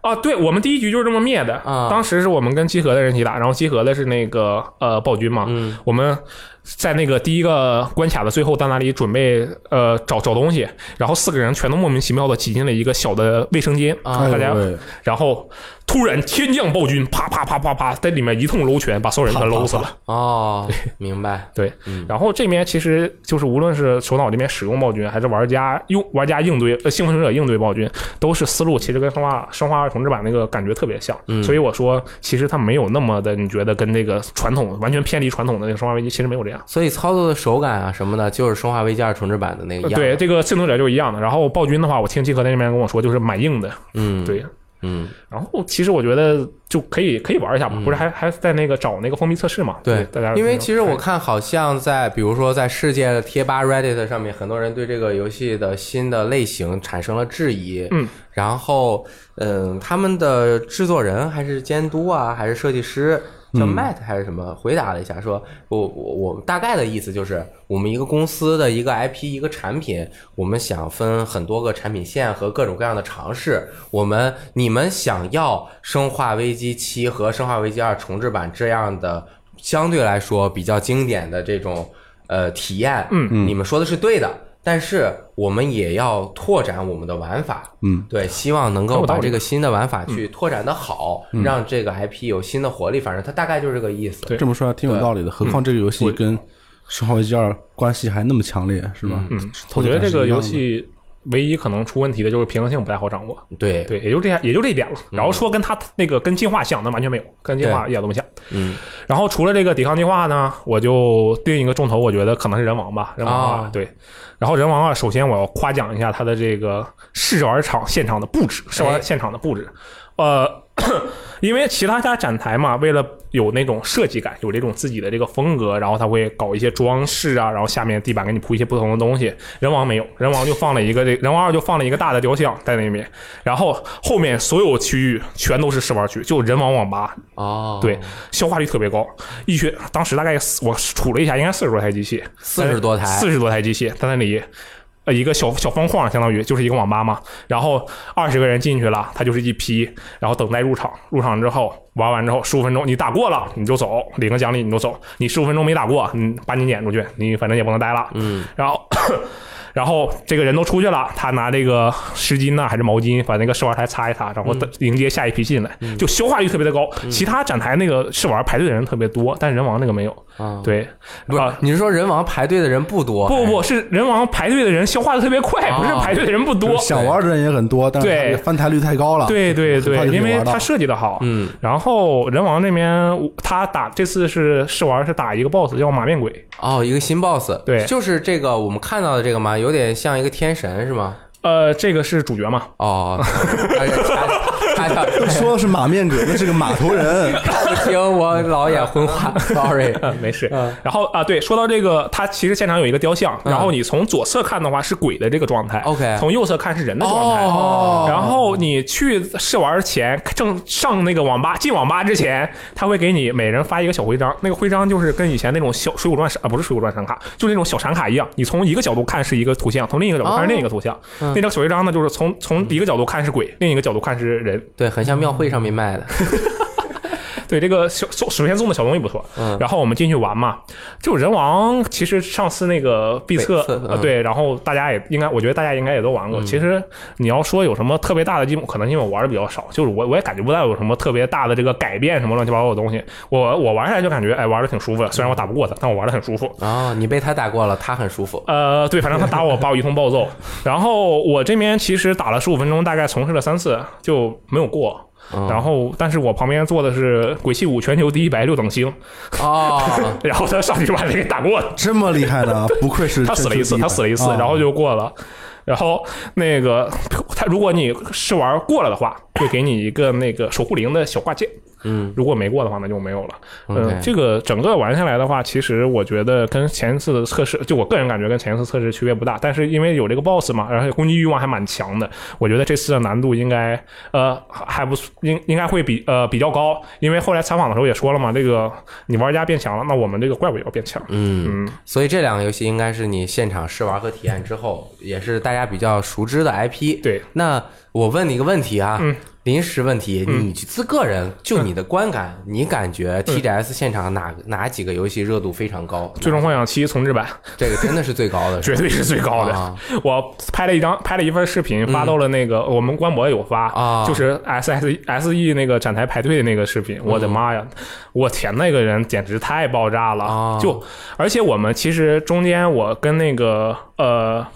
C: 啊，对我们第一局就是这么灭的。
B: 啊
C: 当时是我们跟集合的人一起打，然后集合的是那个呃暴君嘛，
B: 嗯
C: 我们在那个第一个关卡的最后，在那里准备呃找找东西，然后四个人全都莫名其妙的挤进了一个小的卫生间，
B: 啊
C: 大
D: 哎
C: 家
D: 呦，喂
C: 然后突然天降暴君，啪啪啪啪啪，在里面一通搂拳，把所有人全搂死了。
B: 哦，明
C: [LAUGHS]
B: 白。
C: 对
B: 嗯，
C: 然后这边其实就是无论是首脑这边使用暴君，还是玩家用玩家应对呃幸存者应对暴君，都是思路其实跟生化生化二重置版那个感觉特别像。
B: 嗯
C: 所以我说，其实它没有那么的，你觉得跟那个传统完全偏离传统的那个生化危机，其实没有这样。
B: 所以操作的手感啊什么的，就是《生化危机二》重置版的那个
C: 呃
B: 样。
C: 对，，这个幸存者就是一样的。然后暴君的话，我听集合在那边跟我说，就是蛮硬的。
B: 嗯，，
C: 对，
B: 嗯，
C: 然后其实我觉得就可以可以玩一下嘛，不是还还在那个找那个封闭测试嘛？
B: 对，
C: 大家
B: 因为其实我看好像在比如说在世界的贴吧 Reddit 上面，很多人对这个游戏的新的类型产生了质疑。
C: 嗯，
B: 然后嗯，他们的制作人还是监督啊，还是设计师。叫
C: 嗯
B: Matt 还是什么？回答了一下，说我我我大概的意思就是，我们一个公司的一个 IP 一个产品，我们想分很多个产品线和各种各样的尝试。我们你们想要《生化危机七》和《生化危机二》重置版这样的相对来说比较经典的这种呃体验，
C: 嗯
B: 嗯，你们说的是对的，但是我们也要拓展我们的玩法，
D: 嗯，
B: 对，希望能
C: 很
B: 够
C: 有
B: 把
C: 道理
B: 这个新的玩
C: 嗯
B: 法去拓展的好，让这个 IP 有新的活力，反正它大概就是这个意思，
C: 对
D: 这么说还挺有道理的。何况这个游戏跟《生化危机二》关系还那么强烈，是吧？
C: 嗯，
D: 凑
C: 我
D: 起
C: 觉
D: 来
C: 得这
D: 是
C: 个
D: 一样
C: 游
D: 的
C: 戏唯一可能出问题的就是平衡性不太好掌握。
B: 对，
C: 对，也就这样，也就这一点了。
D: 嗯
C: 然后说跟他那个跟进化像，那完全没有，跟进化一点都不像。
B: 嗯，
C: 然后除了这个抵抗进化呢，我就定一个重头，我觉得可能是人王吧，人王二、
B: 啊
C: 对。然后人王二，首先我要夸奖一下他的这个试玩场现场的布置，试玩现场的布置，呃。 [CLEARS THROAT] 因为其他家展台嘛，为了有那种设计感，有这种自己的这个风格，然后他会搞一些装饰啊，然后下面地板给你铺一些不同的东西。人王没有，人王就放了一个这人 [LAUGHS] 王二就放了一个大的雕像在那边，然后后面所有区域全都是试玩区，就人王网吧
B: 哦，
C: 对，消化率特别高。一学当时大概四我杵了一下，应该四十多台机器，
B: 40多台
C: 四十多台机器在那里。呃，一个小小方框，相当于就是一个网吧嘛。然后二十个人进去了，他就是一批，然后等待入场。入场之后玩完之后，十五分钟你打过了你就走，领个奖励你就走。你十五分钟没打过，嗯，把你撵出去，你反正也不能待了。
B: 嗯，
C: 然后然后这个人都出去了，他拿这个湿巾呐、还是毛巾，把那个试玩台擦一擦，然
B: 嗯
C: 后等迎接下一批进来，就消化率特别的高。其他展台那个试玩排队的人特别多，但人王那个没有。
B: 啊，，
C: 对，
B: 不是
C: 啊，
B: 你是说人王排队的人不多？
C: 不不不是人王排队的人消化的特别快，
B: 啊
C: 不是排队的人不多。
D: 想玩的人也很多，但是
C: 对
D: 它这个翻台率太高了。
C: 对对
D: 很快
C: 对，
D: 就可以
C: 因为
D: 玩到
C: 他设计的好，
B: 嗯，
C: 然后人王那边他打这次是试玩是打一个 BOSS 叫马面鬼，
B: 哦，一个新 boss，
C: 对
B: 就是这个我们看到的这个嘛，有点像一个天神是吗？
C: 呃，这个是主角嘛，
B: 哦，
C: [LAUGHS]
B: 哎呀差差差
D: 说的是马面鬼，那是个码头人。
B: 看不清，我老眼昏
C: [LAUGHS]
B: 花，sorry。
C: 呃，没事
B: 嗯。
C: 然后啊，对，说到这个，它其实现场有一个雕像，
B: 嗯
C: 然后你从左侧看的话是鬼的这个状态
B: OK
C: 从右侧看是人的状态。
B: 哦
C: 然后你去试玩前，正上那个网吧进网吧之前，他会给你每人发一个小徽章，那个徽章就是跟以前那种小水浒传闪啊，不是水浒传闪卡，就是那种小闪卡一样。你从一个角度看是一个图像，从另一个角度看是另一个图像。那张小徽章呢，就是从从一个角度看是鬼，另一个角度看是人。
B: 对，很像庙会上面卖的。
C: 对这个小送首先送的小东西不错，
B: 嗯
C: 然后我们进去玩嘛，就人王其实上次那个闭测
B: 北侧，
C: 呃
B: 嗯
C: 对，然后大家也应该，我觉得大家应该也都玩过。其实你要说有什么特别大的进步，可能因为我玩的比较少，就是我我也感觉不到有什么特别大的这个改变什么乱七八糟的东西。我我玩下来就感觉，哎，玩的挺舒服的，虽然我打不过他，但我玩的很舒服。
B: 哦，你被他打过了，他很舒服。
C: 呃，对，反正他打我，把我一通
B: [LAUGHS]
C: 暴揍。然后我这边其实打了十五分钟，大概从事了三次，就没有过。
B: 嗯
C: 然后，但是我旁边坐的是鬼泣五全球第一百六等星，
B: 哦，
C: 然后他上去就把人给打过了，
D: 这么厉害
C: [LAUGHS]
D: 的啊，不愧是
C: 他死了一次，他死了一
D: 哦
C: 次，然后就过了。然后那个他，如果你试玩过了的话，会给你一个那个守护灵的小挂件。
B: 嗯，
C: 如果没过的话，那就没有了。
B: OK
C: 嗯，这个整个玩下来的话，其实我觉得跟前一次的测试，就我个人感觉跟前一次测试区别不大。但是因为有这个 BOSS 嘛，而且攻击欲望还蛮强的，我觉得这次的难度应该呃还不应应该会比呃比较高。因为后来采访的时候也说了嘛，这个你玩家变强了，那我们这个怪物也要变强。
B: 嗯， [LAUGHS] 所以这两个游戏应该是你现场试玩和体验之后，也是大家比较熟知的 IP。
C: 对，嗯
B: 那我问你一个问题啊，临时问题，你自个人就你的观感，你感
C: 嗯
B: 觉 TGS 现场哪哪几个游戏热度非常高？
C: 最终幻想七重
B: [LAUGHS]
C: 置版
B: 这个真的是最高的，
C: 绝对是最高的。
B: 啊嗯
C: 我拍了一张，拍了一份视频，发到了那个、我们官博有发，
B: 啊
C: 就是 S S S E 那个展台排队的那个视频。我
B: 嗯
C: 的妈呀，我天，那个人简直太爆炸了！
B: 啊
C: 就而且我们其实中间我跟那个呃。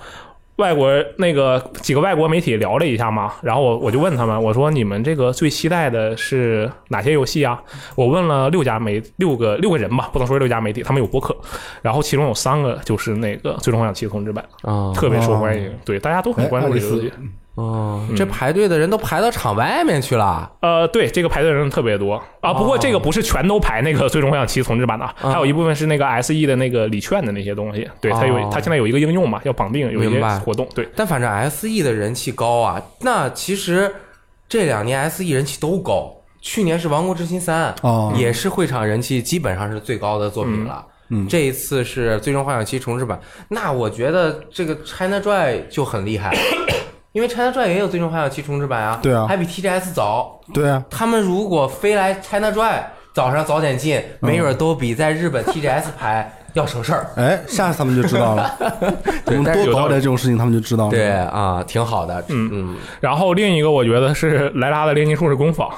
C: 外国那个几个外国媒体聊了一下嘛，然后我我就问他们，我说你们这个最期待的是哪些游戏啊？我问了六家媒六个六个人吧，不能说是六家媒体，他们有博客，然后其中有三个就是那个《最终幻想七》同志版，
B: 啊哎
C: 特别受欢迎，对，大家都很关注这个游戏。
B: 哦，
C: 嗯
B: 这排队的人都排到场外面去了。
C: 呃，对，这个排队的人特别多啊，
B: 哦
C: 不过这个不是全都排那个《最终幻想七》重置版的啊，还有一部分是那个 S E 的那个礼券的那些东西，对，它有
B: 哦
C: 它现在有一个应用嘛，要绑定有一
B: 明
C: 些
B: 白
C: 活动，对，
B: 但反正 S E 的人气高啊，那其实这两年 S E 人气都高。去年是《王国之心三》，
D: 哦
B: 也是会场人气基本上是最高的作品了。嗯，这一次是《最终幻想七》重置版，那我觉得这个 China Joy 就很厉害，
D: [COUGHS]
B: 因为 China Joy 也有《最终幻想七》重置版啊，
D: 对啊
B: 还比 TGS 早。
D: 对啊，
B: 他们如果非来 China Joy 早上早点进，
D: 嗯
B: 没准都比在日本 TGS 排要省事儿。
D: 哎，下次他们就知
C: [LAUGHS]
D: 道了。我们
B: 但是
D: 多搞点这种事情，他们就知道了。
B: 对啊，挺好的。嗯嗯
C: 然后另一个我觉得是莱拉的炼金术士工坊。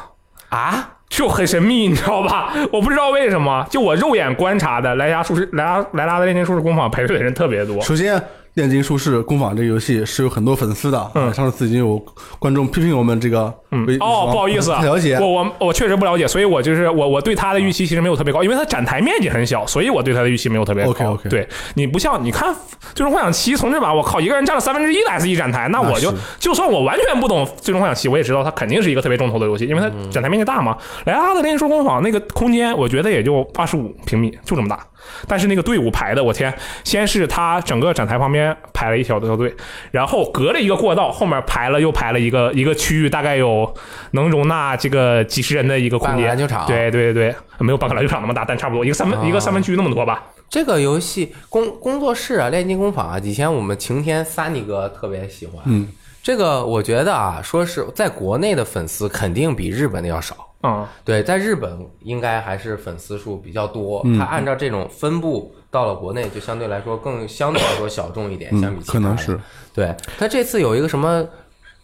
B: 啊，
C: 就很神秘，你知道吧？ [LAUGHS] 我不知道为什么，就我肉眼观察的，莱拉术士、莱拉、莱拉的炼金术士工坊排队的人特别多。
D: 首先，《炼金术士工坊》这个游戏是有很多粉丝的。哎
C: 嗯
D: 上次已经有观众批评我们这个微，
C: 哦，不好意思啊，
D: 不太了解
C: 我。我我确实不了解，所以我就是我我对它的预期其实没有特别高，因为它展台面积很小，所以我对它的预期没有特别高。
D: OK，OK
C: 对你不像你看《最终幻想七》重置版，我靠，一个人占了三分之一的 S E 展台，那
D: 那
C: 我就是就算我完全不懂《最终幻想七》，我也知道它肯定是一个特别重头的游戏，因为它
D: 嗯
C: 展台面积大嘛。莱拉的炼金术工坊那个空间，我觉得也就二十五平米，就这么大。但是那个队伍排的，我天！先是他整个展台旁边排了一条小队，然后隔着一个过道，后面排了又排了一个一个区域，大概有能容纳这个几十人的一个空
B: 半个
C: 间。
B: 篮球场
C: 对对对，没有半个篮球场那么大，但差不多一个三分、
B: 啊
C: 一个三分区那么多吧。
B: 这个游戏工工作室啊，炼金工坊啊，以前我们晴天萨尼哥特别喜欢。嗯，这个我觉得啊，说是在国内的粉丝肯定比日本的要少。
C: 嗯，
B: 对，在日本应该还是粉丝数比较多，
D: 嗯
B: 它按照这种分布到了国内，就相对来说更相对来说小众一点，相比其他
D: 嗯可能
B: 的
D: 是
B: 对。它这次有一个什么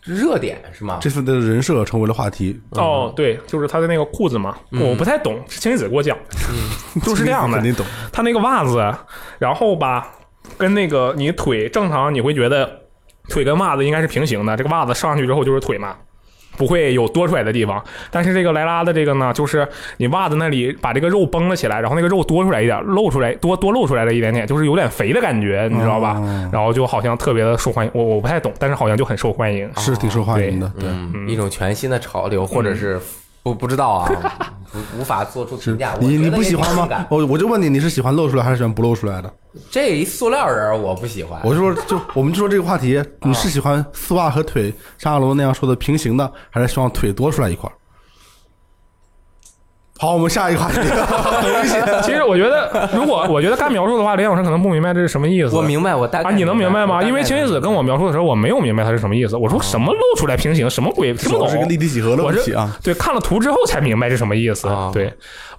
B: 热点是吗？
D: 这次的人设成为了话题。
B: 嗯
C: 哦，对，就是他的那个裤子嘛，我不太懂，是青离子给我讲的，
B: 嗯
C: [LAUGHS] 就是这样的
D: 呃肯。定懂。
C: 他那个袜子，然后吧，跟那个你腿正常，你会觉得腿跟袜子应该是平行的，这个袜子上去之后就是腿嘛。不会有多出来的地方，但是这个莱拉的这个呢，就是你袜子那里把这个肉绷了起来，然后那个肉多出来一点，露出来多多露出来了一点点，就是有点肥的感觉，你知道吧？
B: 哦
C: 然后就好像特别的受欢迎，我我不太懂，但是好像就很受欢
B: 哦
C: 迎。
D: 是挺受欢迎的，对，
B: 嗯，一种全新的潮流，或
D: 嗯
B: 者是不不知道啊，不无法做出评价。我
D: 你
B: 觉
D: 你
B: 得
D: 不
B: 也
D: 喜欢
B: 挺性
D: 吗
B: 感？
D: 我我就问你，你是喜欢露出来还是喜欢不露出来的？
B: 这一塑料人儿我不喜欢，
D: 我就
C: [LAUGHS]
D: 说，就我们就说这个话题，你是喜欢丝袜和腿像阿龙那样说的平行的，还是希望腿多出来一块儿？好，我们下一个话题。
C: 其实我觉得，如果我觉得干描述的话，连老师可能不明白这是什么意思。
B: 我明白，我大概
C: 啊，你能明白
B: 我
C: 吗？
B: 大概
C: 因为青离子跟我描述的时候，我没有明白他是什么意思。我说什么露出来平行，什么鬼，听不
D: 主要
C: 懂。
D: 是个立体几何的问题啊
C: 我是对，看了图之后才明白是什么意思。
B: 啊
C: 对，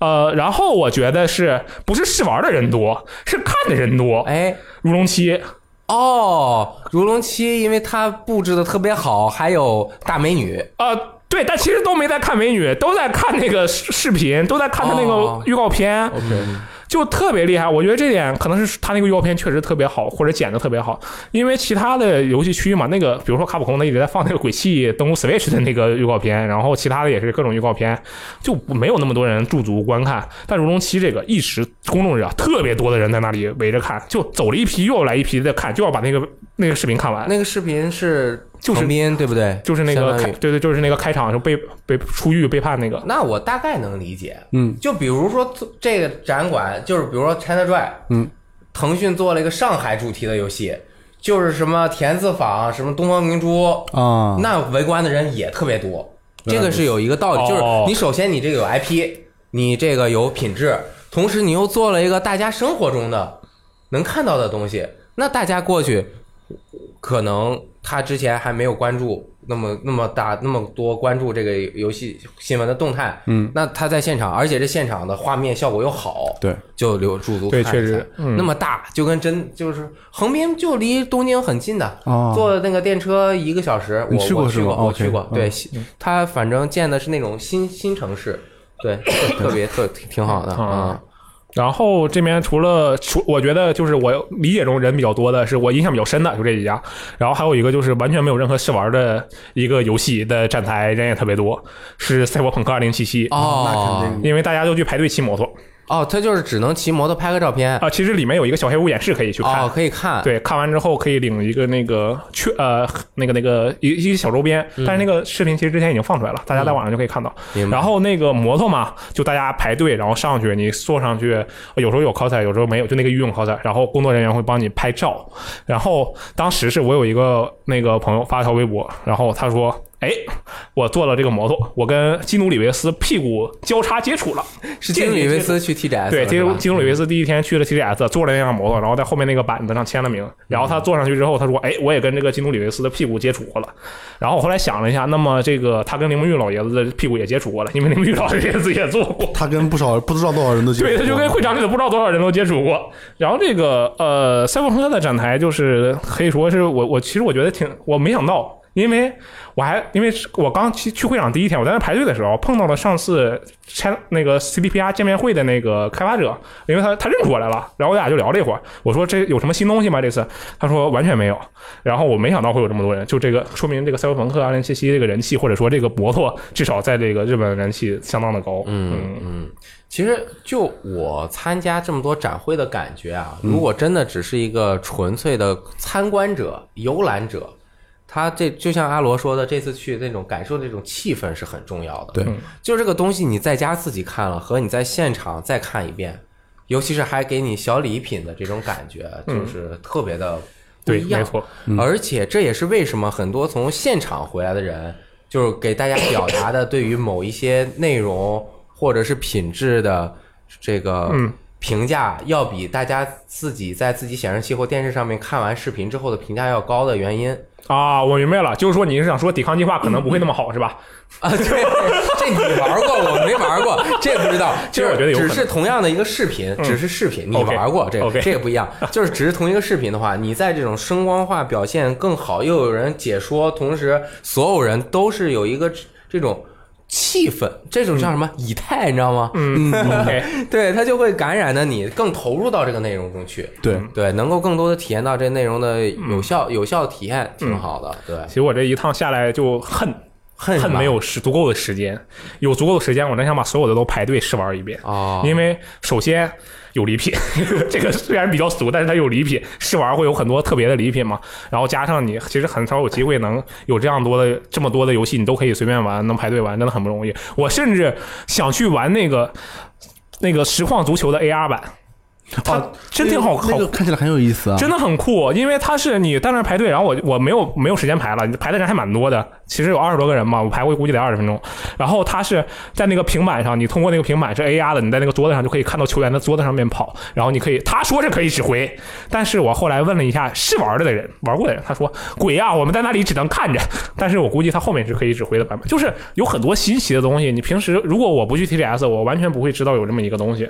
C: 呃，然后我觉得是不是试玩的人多，是看的人多。，
B: 哎
C: 如龙七，
B: 哦，如龙七，因为它布置的特别好，还有大美女，
C: 呃，对，但其实都没在看美女，都在看那个视视频，都在看他那
B: 哦
C: 个预告片。就特别厉害，我觉得这点可能是他那个预告片确实特别好，或者剪的特别好。因为其他的游戏区嘛，那个比如说卡普空，他一直在放那个鬼泣登陆 Switch 的那个预告片，然后其他的也是各种预告片，就没有那么多人驻足观看。但如龙七这个一时公众日啊，特别多的人在那里围着看，就走了一批又来一批的看，就要把那个那个视频看完。
B: 那个视频是
C: 就是
B: 成斌对不对？
C: 就是那
B: 相
C: 个
B: 当于
C: 开，对对，就是那个开场时候被被出狱背叛那个，
B: 那我大概能理解，嗯，就比如说这个展馆，就是比如说 China Joy，嗯，腾讯做了一个上海主题的游戏，就是什么田字坊，什么东方明珠，
D: 啊，
B: 那围观的人也特别多，这个是有一个道理，
C: 哦
B: 就是你首先你这个有 IP，你这个有品质，同时你又做了一个大家生活中的能看到的东西，那大家过去可能他之前还没有关注，那么那么大那么多关注这个游戏新闻的动态，嗯，那他在现场，而且这现场的画面效果又好，
D: 对，
B: 就留驻足
C: 对
B: 看一
C: 确
B: 下
C: 实嗯
B: 那么大，就跟真就是横滨就离东京很近的，
D: 哦
B: 坐那个电车一个小时，
D: 你
B: 我
D: 去过
B: 我
D: 是
B: 去
D: 吗
B: 过，我
D: OK，
B: 去过
D: 嗯，
B: 对，他反正建的是那种新新城市，对，特特别特挺好的
C: 啊
B: 啊，
C: 然后这边除了除，我觉得就是我理解中人比较多的是我印象比较深的就这几家，然后还有一个就是完全没有任何试玩的一个游戏的站台人也特别多，是《赛博朋克2077》，
D: 那
B: 哦
D: 肯定
C: 因为大家都去排队骑摩托
B: 哦，他就是只能骑摩托拍个照片
C: 啊、，其实里面有一个小黑屋演示可以去看，
B: 哦，可以看，
C: 对，看完之后可以领一个那个券，呃，那个那个一一个小周边，但是那个视频其实之前已经放出来了，大家在网上就可以看到。
B: 嗯明白
C: 然后那个摩托嘛，就大家排队，然后上去，你坐上去，有时候有 coser，有时候没有，就那个御用 coser，然后工作人员会帮你拍照。然后当时是我有一个那个朋友发条微博，然后他说。哎，我坐了这个摩托，我跟基努里维斯屁股交叉接触了，
B: 是
C: 间
B: 经
C: 接
B: 理维
C: 接触
B: 斯去 TGS，
C: 对，
B: 了
C: 基
B: 是
C: 努
B: 吧嗯
C: 基努里维斯第一天去了 TGS，坐了那辆摩托，然后在后面那个板子上签了名。然后他坐上去之后，他说：“哎，我也跟这个基努里维斯的屁股接触过了。”然后我后来想了一下，那么这个他跟铃木玉老爷子的屁股也接触过了，因为铃木玉老爷子也坐过。
D: 他跟不少不知道多少人都接触
C: 对，他就
D: 过
C: 跟会长里的不知道多少人都接触过。然后这个呃，赛博朋克的展台就是可以说是我我其实我觉得挺我没想到，因为我还因为是我刚去去会场第一天，我在那排队的时候碰到了上次拆那个 CDPR 见面会的那个开发者，因为他他认出我来了，然后我俩就聊了一会儿。我说这有什么新东西吗？这次他说完全没有。然后我没想到会有这么多人，就这个说明这个赛博朋克二零七七这个人气，或者说这个摩托至少在这个日本人气相当的高。嗯
B: 嗯，其实就我参加这么多展会的感觉啊，如果真的只是一个纯粹的参观者、游览者，他这就像阿罗说的，这次去那种感受那种气氛是很重要的。
C: 嗯
D: 对，
B: 就这个东西，你在家自己看了和你在现场再看一遍，尤其是还给你小礼品的这种感觉，就是特别的不
C: 嗯对，
B: 一
C: 没
B: 样。
C: 错。嗯
B: 而且这也是为什么很多从现场回来的人，就是给大家表达的对于某一些内容或者是品质的这个
C: 嗯
B: 评价，要比大家自己在自己显示器或电视上面看完视频之后的评价要高的原因。
C: 啊，我明白了，就是说你是想说抵抗计划可能不会那么好，是吧？
B: 啊，对，这你玩过，我没玩过，这不知道。
C: 这
B: 就是
C: 我觉得有可
B: 只
C: 能嗯
B: 是同样的一个视频，只是视频，你
C: OK，
B: 玩过这个
C: OK
B: 这个不一样。就是只是同一个视频的话，你在这种声光化表现更好，又有人解说，同时所有人都是有一个这种气氛，这种叫什么以太，你知道吗？
C: 嗯，OK，
B: 对，它就会感染的你更投入到这个内容中去。
D: 对，
C: 嗯
B: 对，能够更多的体验到这内容的有效、有效的体验，
C: 嗯
B: 挺好的。对
C: 其，实我这一趟下来就恨。
B: 恨什
C: 恨
B: 么
C: 没有时足够的时间，有足够的时间，我真想把所有的都排队试玩一
D: 啊
C: 遍。
B: 哦
C: 因为首先有礼品， [LAUGHS] 这个虽然比较俗，但是它有礼品，试玩会有很多特别的礼品嘛。然后加上你其实很少有机会能有这样多的这么多的游戏，你都可以随便玩，能排队玩，真的很不容易。我甚至想去玩那个那个实况足球的 AR 版，它
D: 哦
C: 真挺好，
D: 那
C: 好
D: 个看起来很有意思啊，
C: 真的很酷，因为它是你在那儿排队，然后我我没有没有时间排了，排的人还蛮多的，其实有二十多个人嘛，我排过估计得二十分钟。然后它是在那个平板上，你通过那个平板是 AR 的，你在那个桌子上就可以看到球员在桌子上面跑，然后你可以他说是可以指挥，但是我后来问了一下是玩的的人，玩过的人，他说鬼啊呀、我们在那里只能看着， [LAUGHS] 但是我估计他后面是可以指挥的版本，就是有很多新奇的东西，你平时如果我不去 TGS，我完全不会知道有这么一个东西。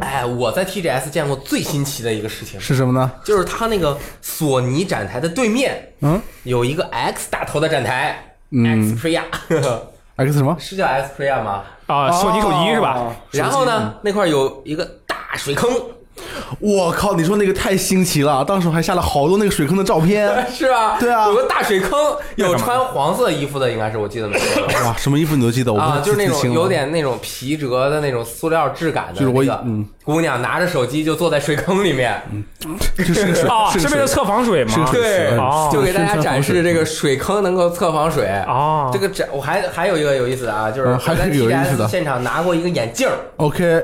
B: 哎，我在 TGS 见过最新奇的一个事情，
D: 是什么呢？
B: 就是它那个索尼展台的对面，
D: 嗯
B: 有一个 X 打头的展台、x Priya [LAUGHS]
D: ，X 什么？
B: 是叫 X Priya 吗？
C: 啊，索尼手机是吧
D: 哦？？
B: 然后呢，那块儿有一个大水坑，。
D: 我靠，你说那个太新奇了，当时我还下了好多那个水坑的照片
C: [LAUGHS]
B: 是吧？
D: 对啊
B: 有个大水坑，有穿黄色衣服的，应该是我记得没
D: [LAUGHS]
B: 错的
D: 哇，什么衣服你都记得，我
B: 啊，
D: 不
B: 就是那
D: 记
B: 种
D: 清了
B: 有点那种皮革的那种塑料质感的，
D: 就是我
B: 那个
D: 嗯
B: 姑娘拿着手机就坐在水坑里面，
D: [LAUGHS] 就是个水
C: 啊，
D: 是
C: 是
D: 个
C: 为了
D: 水
C: 测防水吗？
D: 是
B: 对
C: 哦，
B: 就给大家展示这个水坑能够测防水
C: 哦
B: 这个展我还还有一个有意思的啊，就是
D: 嗯
B: 我
D: 还
B: 在
D: 有一个有意思的
B: TGS 现场拿过一个眼镜儿
D: OK，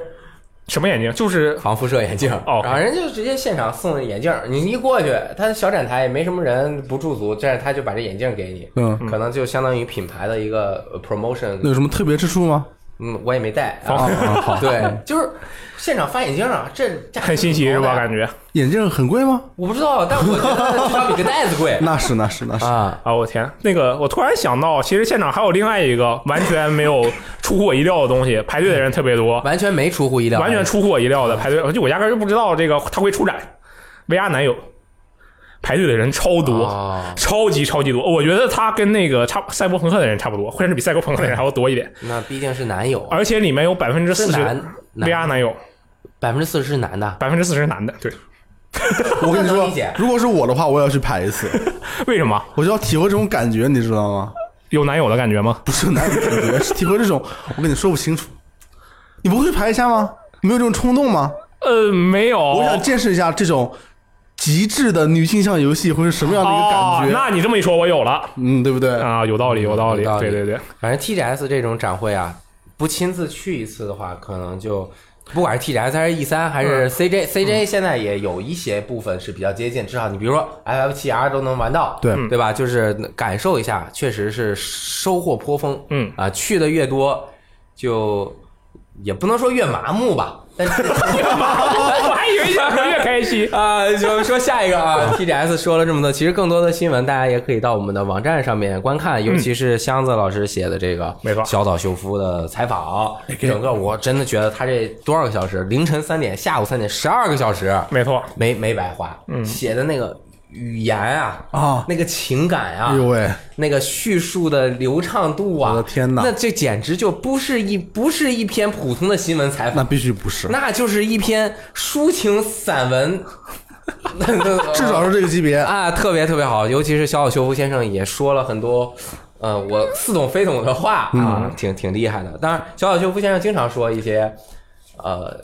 C: 什么眼睛？就是 [LAUGHS]
B: 防辐射眼镜儿，
C: 哦
B: 然后人就直接现场送的眼镜儿，你一过去，他小展台也没什么人，不驻足，这样他就把这眼镜儿给你，
D: 嗯，
B: 可能就相当于品牌的一个呃 promotion
D: 那有什么特别之处吗？
B: 嗯，我也没带。啊，
D: 啊啊好，
B: 对，就是现场发眼镜啊，这价格
C: 很新奇是吧？感
B: 觉
C: 觉
D: 眼镜很贵吗？
B: 我不知道，但我觉得至少比个袋子贵
D: 那是那是那是，
B: 啊。
C: 啊，我天，那个我突然想到，其实现场还有另外一个完全没有出乎我意料的东西，排队的人特别多，
B: [LAUGHS] 完全没出乎意料，
C: 完全出乎我意料的排队，就我压根儿就不知道这个他会出展，VR 男友。排队的人超多，
B: 哦
C: 超级超级多。我觉得他跟那个差赛博朋克的人差不多，或者是比赛博朋克的人还要多一点。
B: 那毕竟是男友，啊
C: 而且里面有百分之
B: 哦是
C: 四十
B: 男男
C: VR 男友，
B: 百分之四十是男的，
C: 百分之四十男的。
B: [LAUGHS]
C: 对，
D: 我跟你
B: 能
D: 说
B: 理解，
D: 如果是我的话，我也要去排一
B: [LAUGHS]
D: 次，
C: 为什么
D: 我就要体会这种感觉，你知道吗？
C: 有男友的感觉吗？
D: 不是男女感觉，是体会这种，我跟你说不清楚。你不会去排一下吗？没有这种冲动吗？
C: 呃，没有。
B: 哦
D: 我想见识一下这种极致的女性向游戏会是什么样的一个感
C: 哦
D: 觉，
C: 那你这么一说，我有了
D: 嗯，对不对？
C: 啊，有道理，有道理。
B: 有道理
C: 对对对，
B: 反正 TGS 这种展会啊，不亲自去一次的话，可能就不管是 TGS 还是 E 三还
C: 嗯
B: 是 CJ，CJ、CJ 现在也有一些部分是比较接近，至少你比如说 FF 7 R 都能玩到，
D: 对
C: 嗯
B: 对吧？就是感受一下，确实是收获颇丰。
C: 嗯
B: 啊，去的越多，就也不能说越麻木吧，但
C: [LAUGHS]
B: 是
C: 我还以为想说越开心。
B: 啊，就说下一个
D: [LAUGHS]
B: 啊，TGS 说了这么多，其实更多的新闻大家也可以到我们的网站上面观看，尤其是箱子老师写的这
D: 嗯
B: 个
C: 没错
B: 小岛秀夫的采访，
D: 哎
B: 整个我真的觉得他这多少个小时，凌晨三点，下午三点，十二个小时，
C: 没错，
B: 没没白花，写的那个语言啊
D: 嗯啊
B: 那个情感啊
D: 哎，呦喂，
B: 那个叙述的流畅度啊，
D: 我的天哪
B: 那这简直就不是一不是一篇普通的新闻采访
D: 那，必须不是，
B: 那就是一篇抒情散文，
D: [LAUGHS]
B: [LAUGHS]
D: 至少是这个级别。
B: 啊，特别特别好。尤其是小小修夫先生也说了很多，呃，我似懂非懂的话
D: 嗯
B: 啊，挺挺厉害的。当然，小小修夫先生经常说一些，呃。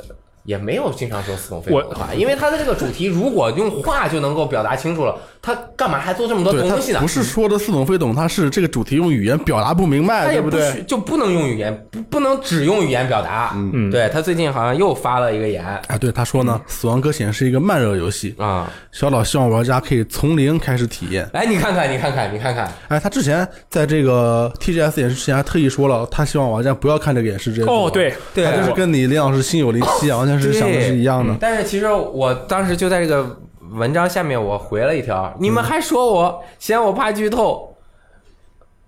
B: 也没有经常说似懂非懂的话，因为他的这个主题如果用话就能够表达清楚了，他干嘛还做这么多
D: 对
B: 东西
D: 他
B: 呢
D: 不？是说的似懂非懂，他是这个主题用语言表达不明白，
B: 他也
D: 对
B: 不
D: 不对？
B: 许就不能用语言，不不能只用语言表达。嗯，对他最近好像又发了一个言
D: 哎，对，他说呢，《死亡搁浅》是一个慢热游戏，
B: 啊，
D: 小岛希望玩家可以从零开始体验。
B: [LAUGHS] 哎，你看看，你看看，你看看，
D: 哎，他之前在这个 TGS 演示之前还特意说了，他希望玩家不要看这个演示这
C: 哦，对，
B: 对
D: 他就是跟你林老师心有灵犀啊，完全是想的是一样的。
B: 但是其实我当时就在这个文章下面，我回了一
D: 嗯
B: 条，你们还说我嫌我怕剧透。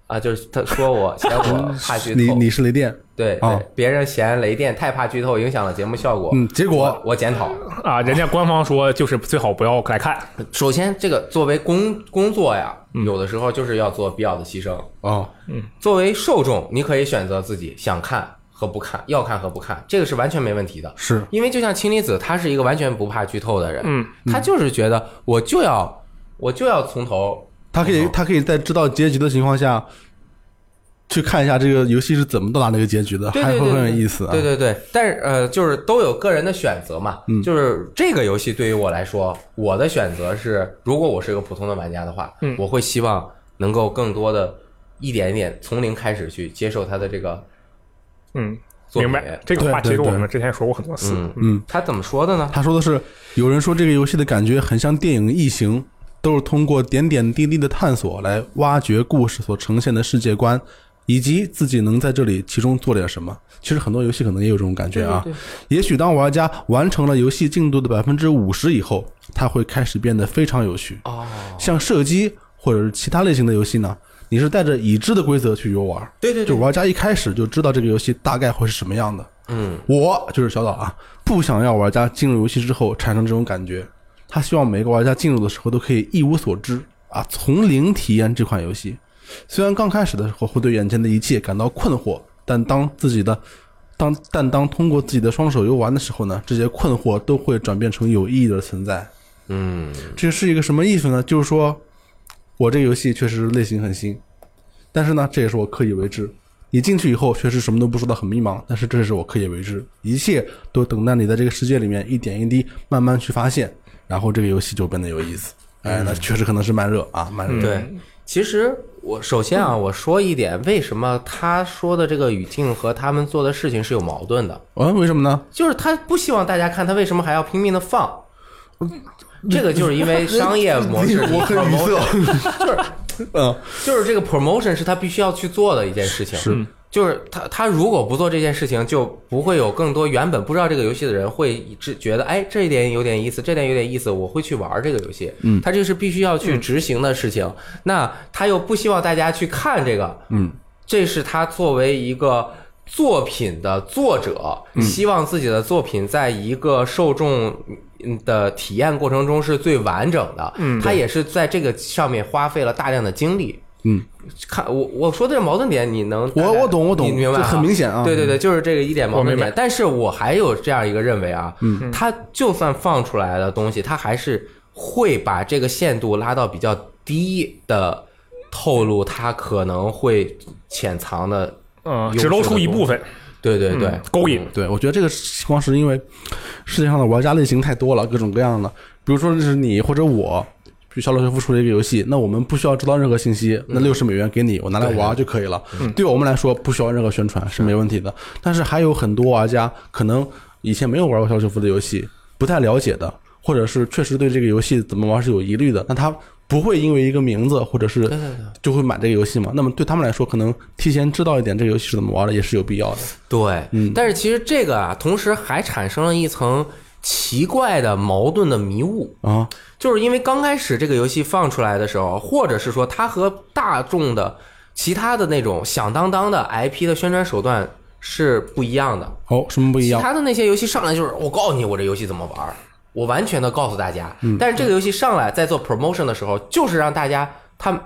B: 啊，就是他说
D: [LAUGHS]
B: 我嫌我怕剧
D: 嗯你
B: 透，
D: 你是雷电，
B: 对
D: 啊
B: 对，别人嫌雷电太怕剧透，影响了节目效果。
D: 嗯，结
B: 我
D: 果
B: 我检讨。
C: 啊，人家官方说就是最好不要来看。
B: 首先，这个作为工工作呀，
D: 嗯
B: 有的时候就是要做必要的牺牲。
D: 哦，
B: 作为受众，你可以选择自己想看和不看，要看和不看，这个是完全没问题的。
D: 是
B: 因为就像氢离子，他是一个完全不怕剧透的人，
C: 嗯，
B: 他就是觉得我就要我就要从头，
D: 他可以
B: 嗯
D: 他可以在知道结局的情况下，去看一下这个游戏是怎么到达那个结局的，
B: 对
D: 还
B: 对
D: 会
B: 对，
D: 很有
B: 对
D: 意思啊。
B: 对对对，但是呃，就是都有个人的选择嘛，嗯，就是这个游戏对于我来说，我的选择是，如果我是一个普通的玩家的话，
C: 嗯
B: 我会希望能够更多的一点一点从零开始去接受它的这个
C: 嗯，
B: 作
C: 明
B: 品。
C: 白。这个话
D: 对
C: 其
D: 对
C: 实我们
D: 对
C: 之前说过很多次。
B: 嗯
D: 嗯，
B: 他怎么说的呢？
D: 他说的是，有人说这个游戏的感觉很像电影《异形》，都是通过点点滴滴的探索来挖掘故事所呈现的世界观，以及自己能在这里其中做点什么。其实很多游戏可能也有这种感觉啊。也许当玩家完成了游戏进度的百分之五十以后，它会开始变得非常有趣。
B: 哦，
D: 像射击或者是其他类型的游戏呢，你是带着已知的规则去游玩，
B: 对对对
D: 就玩家一开始就知道这个游戏大概会是什么样的。
B: 嗯，
D: 我就是小岛啊，不想要玩家进入游戏之后产生这种感觉，他希望每个玩家进入的时候都可以一无所知啊，从零体验这款游戏。虽然刚开始的时候会对眼前的一切感到困惑，但当自己的当但当通过自己的双手游玩的时候呢，这些困惑都会转变成有意义的存在。
B: 嗯，
D: 这是一个什么意思呢？就是说我这个游戏确实类型很新，但是呢，这也是我刻意为之。你进去以后确实什么都不知道，很迷茫，但是这是我刻意为之，一切都等待你在这个世界里面一点一滴慢慢去发现，然后这个游戏就变得有意思。哎，那确实可能是慢热啊，慢热。
B: 对，其实我首先
D: 嗯
B: 啊，我说一点，为什么他说的这个语境和他们做的事情是有矛盾的？
D: 嗯，为什么呢？
B: 就是他不希望大家看，他为什么还要拼命的放？这个就是因
D: [LAUGHS]
B: 为商业模式，
D: 嗯我很语塞。
B: 就是
D: [LAUGHS] 嗯，嗯
B: 就是这个 promotion 是他必须要去做的一件事情。是，就是他他如果不做这件事情，就不会有更多原本不知道这个游戏的人会只觉得，哎，这一点有点意思，这点有点意思，我会去玩这个游戏。
D: 嗯
B: 他这是必须要去执行的事情。那他又不希望大家去看这个，
D: 嗯，
B: 这是他作为一个。作品的作者
D: 嗯
B: 希望自己的作品在一个受众嗯的体验过程中是最完整的，
C: 嗯
B: 他也是在这个上面花费了大量的精力，
D: 嗯，
B: 看我我说的这矛盾点，你能大概
D: 我我懂我懂，
B: 你明白
D: 就
B: 啊
D: 很明显啊，
B: 对对对，就是这个一点矛
C: 我
B: 盾
C: 明白
B: 点。但是我还有这样一个认为啊，嗯，他就算放出来的东西，他还是会把这个限度拉到比较低的透露，他可能会潜藏的，
C: 嗯，只露出一部分，
B: 对对对，
C: 嗯勾引，
D: 对，我觉得这个情况是因为世界上的玩家类型太多了，各种各样的。比如说，就是你或者我，比如小老师付出了一个游戏，那我们不需要知道任何信息，那六十美元给你，我拿来玩就可以了。对我们来说，不需要任何宣传是没问题的。但是还有很多玩家可能以前没有玩过小老师服的游戏，不太了解的，或者是确实对这个游戏怎么玩是有疑虑的，那他。不会因为一个名字或者是就会买这个游戏嘛？那么对他们来说，可能提前知道一点这个游戏是怎么玩的也是有必要的。
B: 对，
D: 嗯
B: 但是其实这个啊，同时还产生了一层奇怪的矛盾的迷雾。
D: 啊，
B: 就是因为刚开始这个游戏放出来的时候，或者是说它和大众的其他的那种响当当的 IP 的宣传手段是不一样的。
D: 好、哦什么不一
B: 其
D: 样？
B: 他的那些游戏上来就是我告诉你我这游戏怎么玩儿，我完全的告诉大家。
D: 嗯
B: 但是这个游戏上来在做 promotion 的时候，就是让大家他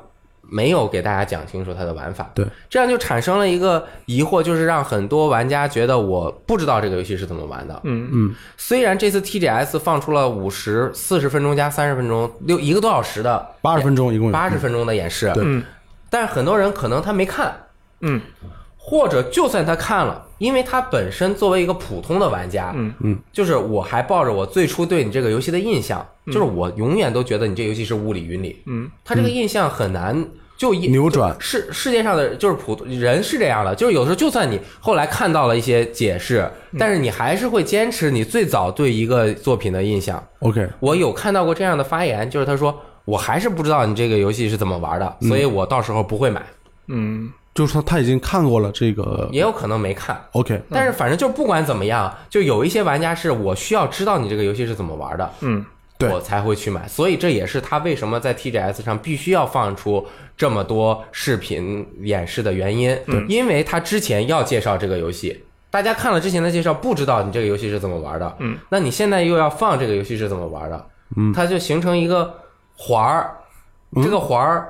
B: 没有给大家讲清楚它的玩法。
D: 对，
B: 这样就产生了一个疑惑，就是让很多玩家觉得我不知道这个游戏是怎么玩的。
C: 嗯
D: 嗯，
B: 虽然这次 TGS 放出了五十四十分钟加三十分钟六一个多小时的
D: 八十分钟一共有
B: 八十分钟的演示，
D: 对
C: 嗯
B: 但是很多人可能他没看，
C: 嗯
B: 或者就算他看了，因为他本身作为一个普通的玩家，
C: 嗯
D: 嗯，
B: 就是我还抱着我最初对你这个游戏的印象，就是我永远都觉得你这游戏是雾里云里，
C: 嗯，
B: 他这个印象很难就一
D: 扭转
B: 世世界上的就是普通人是这样的，就是有时候就算你后来看到了一些解释，
C: 嗯
B: 但是你还是会坚持你最早对一个作品的印象。
D: OK，
B: 我有看到过这样的发言，就是他说我还是不知道你这个游戏是怎么玩的，所以我到时候不会买，
C: 嗯
D: 就是说他已经看过了这个
B: 也有可能没看。
D: OK，
B: 但是反正就是不管怎么样，就有一些玩家是我需要知道你这个游戏是怎么玩的，
C: 嗯
D: 对
B: 我才会去买。所以这也是他为什么在 TGS 上必须要放出这么多视频演示的原因，
C: 嗯
B: 因为他之前要介绍这个游戏。大家看了之前的介绍，不知道你这个游戏是怎么玩的，
C: 嗯，
B: 那你现在又要放这个游戏是怎么玩的，嗯，它就形成一个环儿，
C: 嗯
B: 这个环儿，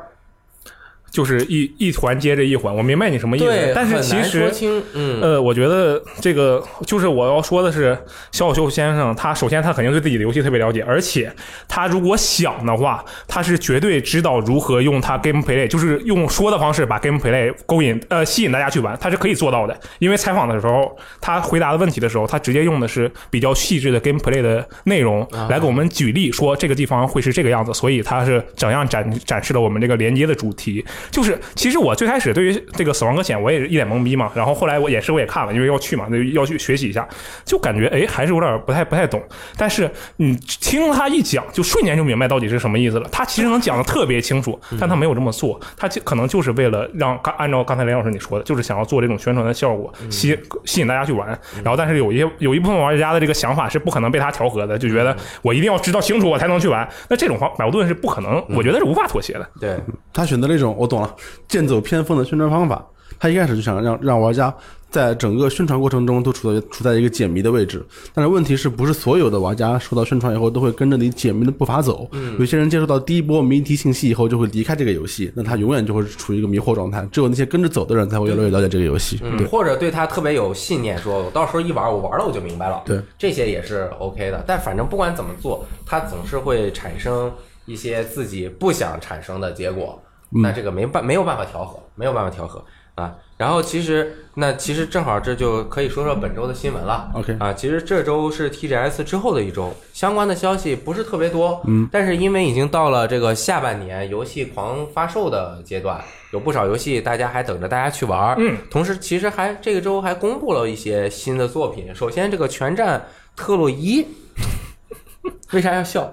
C: 就是一一环接着一环，我明白你什么意思
B: 对，，
C: 但是
B: 很
C: 其
B: 难说
C: 实。
B: 清，嗯，
C: 呃，我觉得这个就是我要说的是，小小修先生，他首先他肯定对自己的游戏特别了解，而且他如果想的话，他是绝对知道如何用他 gameplay，就是用说的方式把 gameplay 勾引呃吸引大家去玩，他是可以做到的。因为采访的时候，他回答的问题的时候，他直接用的是比较细致的 gameplay 的内容来给我们举例，说这个地方会是这个样子，所以他是怎样展展示了我们这个连接的主题。就是其实我最开始对于这个《死亡搁浅》我也是一脸懵逼嘛，然后后来我也是我也看了，因为要去嘛，那就要去学习一下，就感觉哎还是有点不太不太懂。但是你听他一讲，就瞬间就明白到底是什么意思了。他其实能讲的特别清楚，
B: 嗯
C: 但他没有这么做，他就可能就是为了让刚按照刚才连老师你说的，就是想要做这种宣传的效果，
B: 嗯
C: 吸吸引大家去玩。然后但是有一些有一部分玩家的这个想法是不可能被他调和的，就觉得我一定要知道清楚我才能去玩。那这种矛矛盾是不可
B: 嗯
C: 能，我觉得是无法妥协的。
B: 对，
D: 他选择了一种我懂了，剑走偏锋的宣传方法。他一开始就想让让玩家在整个宣传过程中都处在处在一个解谜的位置，但是问题是不是所有的玩家受到宣传以后都会跟着你解谜的步伐走？
B: 嗯
D: 有些人接受到第一波谜题信息以后就会离开这个游戏，那他永远就会处于一个迷惑状态。只有那些跟着走的人才会越来越了解这个游戏。
B: 嗯，
D: 对，
B: 或者对他特别有信念，说我到时候一玩，我玩了我就明白了。
D: 对，
B: 这些也是 OK 的。但反正不管怎么做，他总是会产生一些自己不想产生的结果。那这个没办没有办法调和，没有办法调和啊。然后其实那其实正好这就可以说说本周的新闻了。
D: OK
B: 啊，其实这周是 TGS 之后的一周，相关的消息不是特别多。嗯，但是因为已经到了这个下半年游戏狂发售的阶段，有不少游戏大家还等着大家去玩儿。
C: 嗯，
B: 同时其实还这个周还公布了一些新的作品。首先，这个《全战特洛伊》 [LAUGHS] 为啥要笑？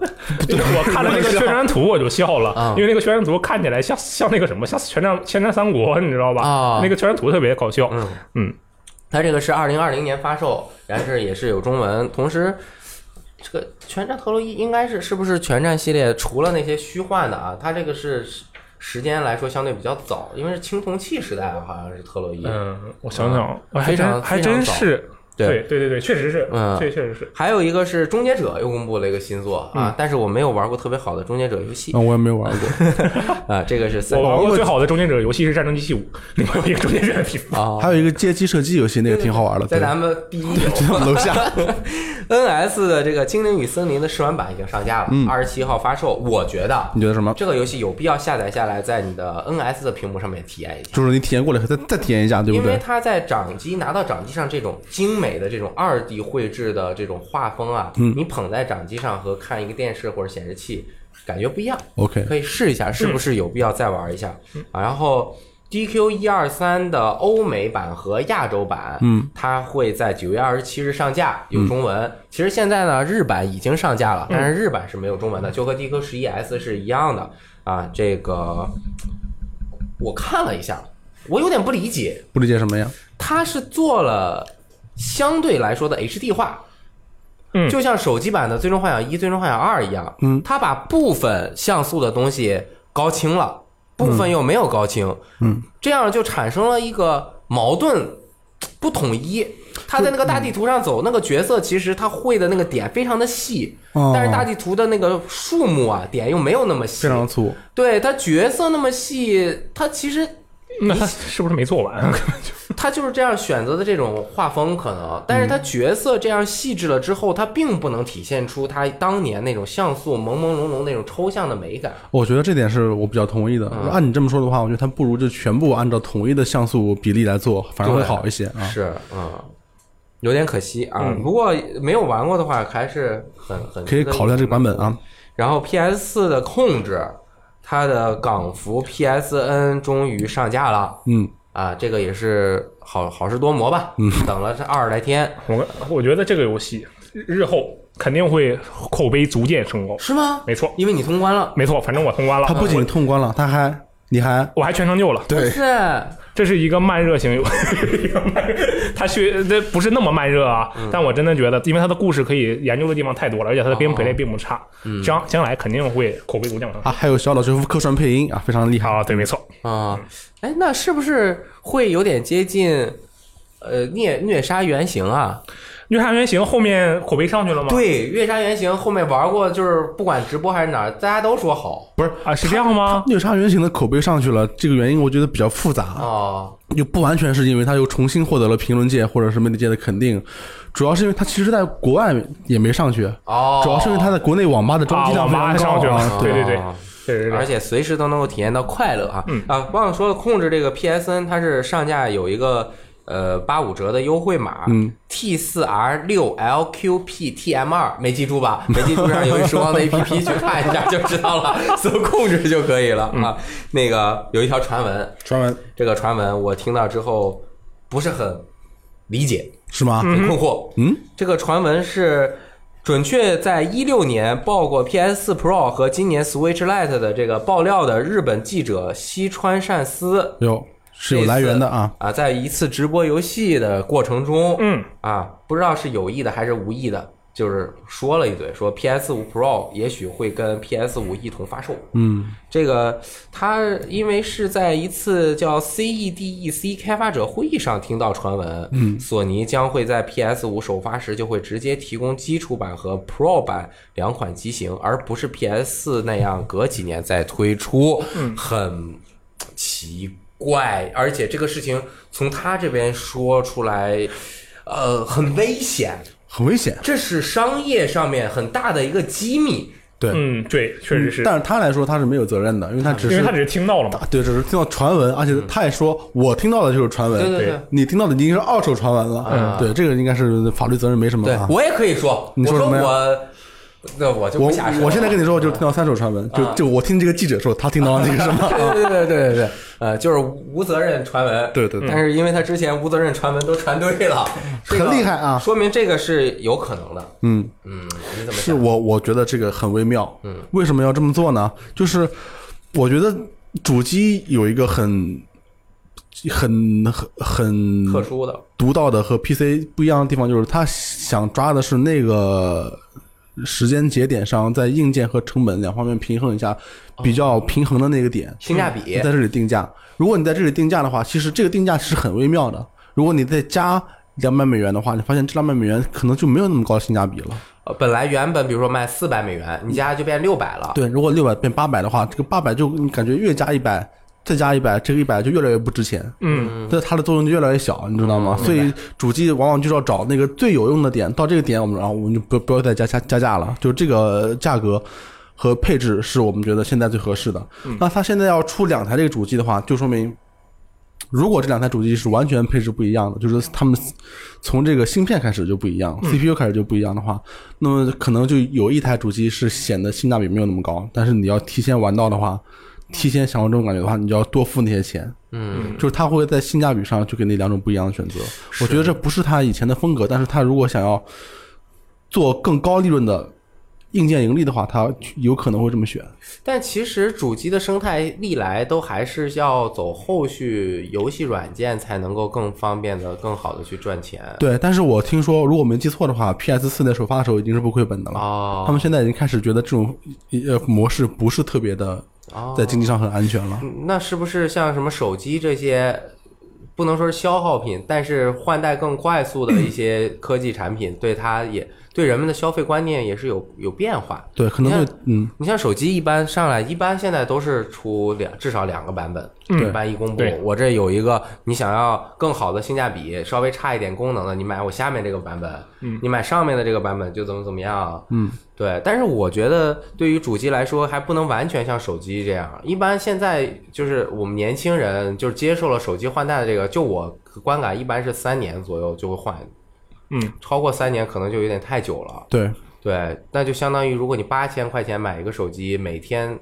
C: 因为
B: [LAUGHS]
C: 我看了那个宣传图我就笑了
B: 啊，
C: 因为那个宣传图看起来像像那个什么，像《全战全战三国》，你知道吧？
B: 啊
C: 那个宣传图特别搞笑。
B: 嗯
C: 嗯，
B: 它这个是二零二零年发售，然是也是有中文，同时。这个《全战特洛伊》应该是是不是《全战》系列除了那些虚幻的啊？它这个是时时间来说相对比较早，因为是青铜器时代啊吧，好像是特洛伊。
C: 嗯，我想想，我还
B: 啊非常
C: 真还
B: 非常
C: 真
B: 早
C: 是，对对对对，确实是，
B: 嗯
C: 这确实是。
B: 还有一个是《终结者》又公布了一个新作
C: 嗯
B: 啊，但是我没有玩过特别好的《终结者》游戏
D: 啊，我也没玩过。
B: 啊，这个是三
C: 哦我玩
D: 我
C: 过最好的终结者游戏是《战争机器五》，里面有一个终结者的
B: [LAUGHS]
C: 皮肤。
B: 啊，
D: 还有一个街机射击游戏，那个挺好玩的，
B: 在
D: 对
B: 咱们
C: [LAUGHS]
B: 第一游
D: 楼下
B: [LAUGHS] NS 的这个《精灵与森林》的试玩版已经上架了，
C: 嗯
B: 二十七号发售。我觉得啊
D: 你觉得什么？
B: 这个游戏有必要下载下来，在你的 NS 的屏幕上面体验一下。
D: 就是你体验过了，再再体验一下，对不
B: 因为
D: 对？
B: 它在掌机拿到掌机上这种精美的这种二 D 绘制的这种画风啊，
D: 嗯
B: 你捧在掌机上和看一个电视或者显示器感觉不一样。
D: OK
B: 可以试一下，是不是有必要再玩一下、啊？然后 DQ 一二三的欧美版和亚洲版，嗯，它会在九月二十七日上架，有中文。其实现在呢，日版已经上架了，但是日版是没有中文的，就和 DQ 十一 S 是一样的啊。这个我看了一下，我有点不理解，
D: 不理解什么呀？
B: 它是做了相对来说的 HD 化。
C: 嗯
B: 就像手机版的《最终幻想一》《最终幻想二》一样，
D: 嗯
B: 它把部分像素的东西高清了，部分又没有高清，
D: 嗯，
B: 这样就产生了一个矛盾，不统一。他在那个大地图上走，那个角色其实他会的那个点非常的细，
D: 哦
B: 但是大地图的那个数目啊点又没有那么细
D: 非，常粗，
B: 对他角色那么细，他其实
C: 那他是不是没做完？啊
B: 他就是这样选择的这种画风可能，但是
D: 嗯
B: 他角色这样细致了之后，他并不能体现出他当年那种像素朦朦胧胧那种抽象的美感。
D: 我觉得这点是我比较同意的。按你这么说的话，我觉得它不如就全部按照统一的像素比例来做，反而会好一些啊。
B: 是，嗯，有点可惜啊。不过没有玩过的话，还是很很
D: 嗯可以考虑一下这个版本啊。
B: 然后 PS 四的控制，它的港服 PSN 终于上架了
D: 嗯，
B: 啊，这个也是好好事多磨吧，等了这二十来天，
C: 我我觉得这个游戏日后肯定会口碑逐渐升高。
B: 是吗？
C: 没错，
B: 因为你通关了，
C: 没错，反正我通关了
D: 它，不仅通关了，它还你还
C: 我还全成就了。
D: 对
B: 是
C: 这是一个慢热型游， [LAUGHS] 一个慢热它学这不是那么慢热啊，
B: 嗯
C: 但我真的觉得，因为它的故事可以研究的地方太多了，而且
B: 哦
C: 它的 gameplay 并不差，
B: 嗯
C: 将将来肯定会口碑逐渐往上
D: 啊，还有小岛秀夫客串配音啊，非常厉害。
C: 啊，对，没错，
B: 啊，
D: 嗯
B: 哎，那是不是会有点接近呃虐虐杀原型啊？
C: 虐杀原型后面口碑上去了吗？
B: 对，虐杀原型后面玩过，就是不管直播还是哪儿，大家都说好
D: 不是
C: 啊，是这样吗？
D: 虐杀原型的口碑上去了，这个原因我觉得比较复杂，
B: 哦，
D: 又不完全是因为它又重新获得了评论界或者是媒体界的肯定，主要是因为它其实在国外也没上去，
B: 哦，
D: 主要是因为它在国内网吧的装机
C: 啊，
D: 量
C: 我
D: 非常
C: 妈
D: 高
C: 上去
D: 啊
C: 了，对对对
B: 啊，
C: 对对
B: 而
C: 对，
B: 且随时都能够体验到快乐啊！
C: 嗯
B: 啊，忘了说了，控制这个 PSN 它是上架有一个呃八五折的优惠码，
D: 嗯
B: ，T 四 R 六 LQPTM 二，没记住吧？没记住上有一时光的 APP 去看一下就知道了，搜控制就可以了啊。那个有一条传闻，
D: 专门
B: 这个传闻我听到之后不是很理解，
D: 是吗？
B: 很困惑。
D: 嗯，
B: 这个传闻是准确在一六年报过 PS 4 Pro 和今年 Switch Lite 的这个爆料的日本记者西川善司
D: 有是有来源的啊。
B: 啊，在一次直播游戏的过程中，
C: 嗯
B: 啊，不知道是有意的还是无意的，就是说了一嘴，说 PS 5 Pro 也许会跟 PS 5一同发售。
D: 嗯，
B: 这个他因为是在一次叫 E CEDEC 开发者会议上听到传闻，嗯，索尼将会在 PS 5首发时就会直接提供基础版和 Pro 版两款机型，而不是 PS 4那样隔几年再推出，嗯，很奇怪，而且这个事情从他这边说出来，呃，很危险，
D: 很危险。
B: 这是商业上面很大的一个机密。
D: 对，
C: 嗯，对，确实是，
D: 但是他来说他是没有责任的，因为他只
C: 因为
D: 是
C: 他只是听到了嘛，
D: 对，只是听到传闻，而且他也说我听到的就是传
B: 对
D: 闻，
B: 对
C: 对嗯
D: 你听到的已经是二手传闻了。对，这个应该是法律责任没什么
B: 对
D: 啊。
B: 我也可以说，
D: 你
B: 我
D: 说什么呀
B: 我那我就
D: 我
B: 不瞎说了。
D: 我现在跟你说，我就听到三手传闻，就
C: 嗯
B: 啊
D: 就我听这个记者说，他听到那个什
C: [LAUGHS]
D: 么，
B: 对对对对对
D: [LAUGHS]
B: 对，呃，就是无责任传闻。
D: 对对对
B: 但是因为他之前无责任传闻都传对
D: [LAUGHS]
B: 了，这个
D: 很厉害啊
B: 说明这个是有可能的。
D: 嗯，
B: 嗯，你怎么
D: 是
B: 想？
D: 我我觉得这个很微妙，嗯，为什么要这么做呢？就是我觉得主机有一个很很很很
B: 特殊的，
D: 独到的和 PC 不一样的地方，就是它想抓的是那个时间节点上，在硬件和成本两方面平衡一下，比较平衡的那个点。
B: 哦性价比
D: 你在这里定价。如果你在这里定价的话，其实这个定价是很微妙的。如果你再加两百美元的话，你发现这两百美元可能就没有那么高的性价比了。
B: 呃本来原本比如说卖四百美元，你加就变六百了。
D: 对，如果六百变八百的话，这个八百就你感觉越加一百，再加一百，这个一百就越来越不值钱。
C: 嗯，
D: 但它的作用就越来越小，你知道吗？所以主机往往就是要找那个最有用的点，到这个点我们然后我们就不不要再加加加价了，就这个价格。和配置是我们觉得现在最合适的。那它现在要出两台这个主机的话，就说明，如果这两台主机是完全配置不一样的，就是他们从这个芯片开始就不一样、c p u 开始就不一样的话，那么可能就有一台主机是显得性价比没有那么高，但是你要提前玩到的话，提前享受这种感觉的话，你就要多付那些钱。
B: 嗯，
D: 就是他会在性价比上就给你两种不一样的选择。我觉得这不是他以前的风格，但是他如果想要做更高利润的硬件盈利的话，他有可能会这么选。
B: 但其实主机的生态历来都还是要走后续游戏软件才能够更方便的、更好的去赚钱。
D: 对，但是我听说，如果没记错的话，PS 四在首发的时候已经是不亏本的了。
B: 哦
D: 他们现在已经开始觉得这种呃模式不是特别的
B: 哦，
D: 在经济上很安全了。
B: 嗯那是不是像什么手机这些，不能说是消耗品，但是换代更快速的一些科技产品，对它也对人们的消费观念也是有有变化。
D: 对，可能
B: 你
D: 会
B: 看
D: 嗯，
B: 你像手机一般上来，一般现在都是出两至少两个版本，一般一公布
C: 嗯对，
B: 我这有一个你想要更好的性价比，稍微差一点功能的，你买我下面这个版本，
C: 嗯
B: 你买上面的这个版本就怎么怎么样，嗯，对。但是我觉得对于主机来说，还不能完全像手机这样。一般现在就是我们年轻人就是接受了手机换代的这个，就我观感一般是三年左右就会换，
C: 嗯，
B: 超过三年可能就有点太久了。
D: 对，
B: 对，那就相当于如果你八千块钱买一个手机，每天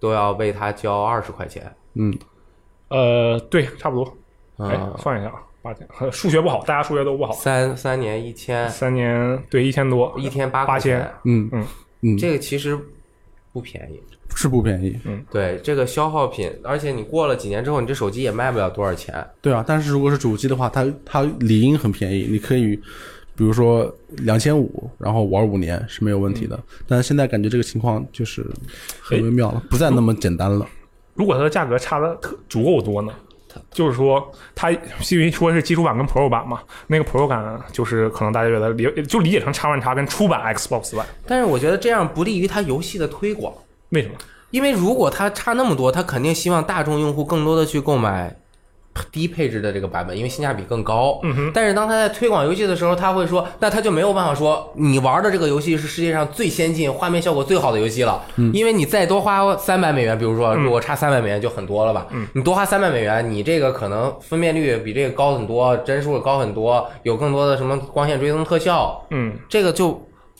B: 都要为它交二十块钱。
D: 嗯，
C: 呃，对，差不多。哎
B: 啊，，
C: 算一下啊，八千，呃数学不好，大家数学都不好。
B: 三三年一千，
C: 三年对一千多，
B: 一天八
C: 八
B: 块
C: 千
B: 钱，
D: 嗯
C: 嗯
D: 嗯，
B: 这个其实不便宜。
D: 是不便宜。
B: 对，这个消耗品，而且你过了几年之后，你这手机也卖不了多少钱。
D: 对啊，但是如果是主机的话，它它理应很便宜，你可以比如说两千五，然后玩五年是没有问题的。但是现在感觉这个情况就是很微妙了，不再那么简单了。
C: 如果它的价格差的特足够多呢？就是说，它因为说是基础版跟 Pro 版嘛，那个 Pro 版就是可能大家觉得理就理解成叉 One 叉跟出版 Xbox 版，
B: 但是我觉得这样不利于它游戏的推广，
C: 为什么？
B: 因为如果它差那么多，它肯定希望大众用户更多的去购买低配置的这个版本，因为性价比更高。嗯哼。但是当他在推广游戏的时候，他会说，那他就没有办法说你玩的这个游戏是世界上最先进、画面效果最好的游戏了，
C: 嗯
B: 因为你再多花三百美元，比如说如果差三百美元就很多了吧，嗯你多花三百美元，你这个可能分辨率比这个高很多，帧数高很多，有更多的什么光线追踪特效，
C: 嗯，
B: 这个就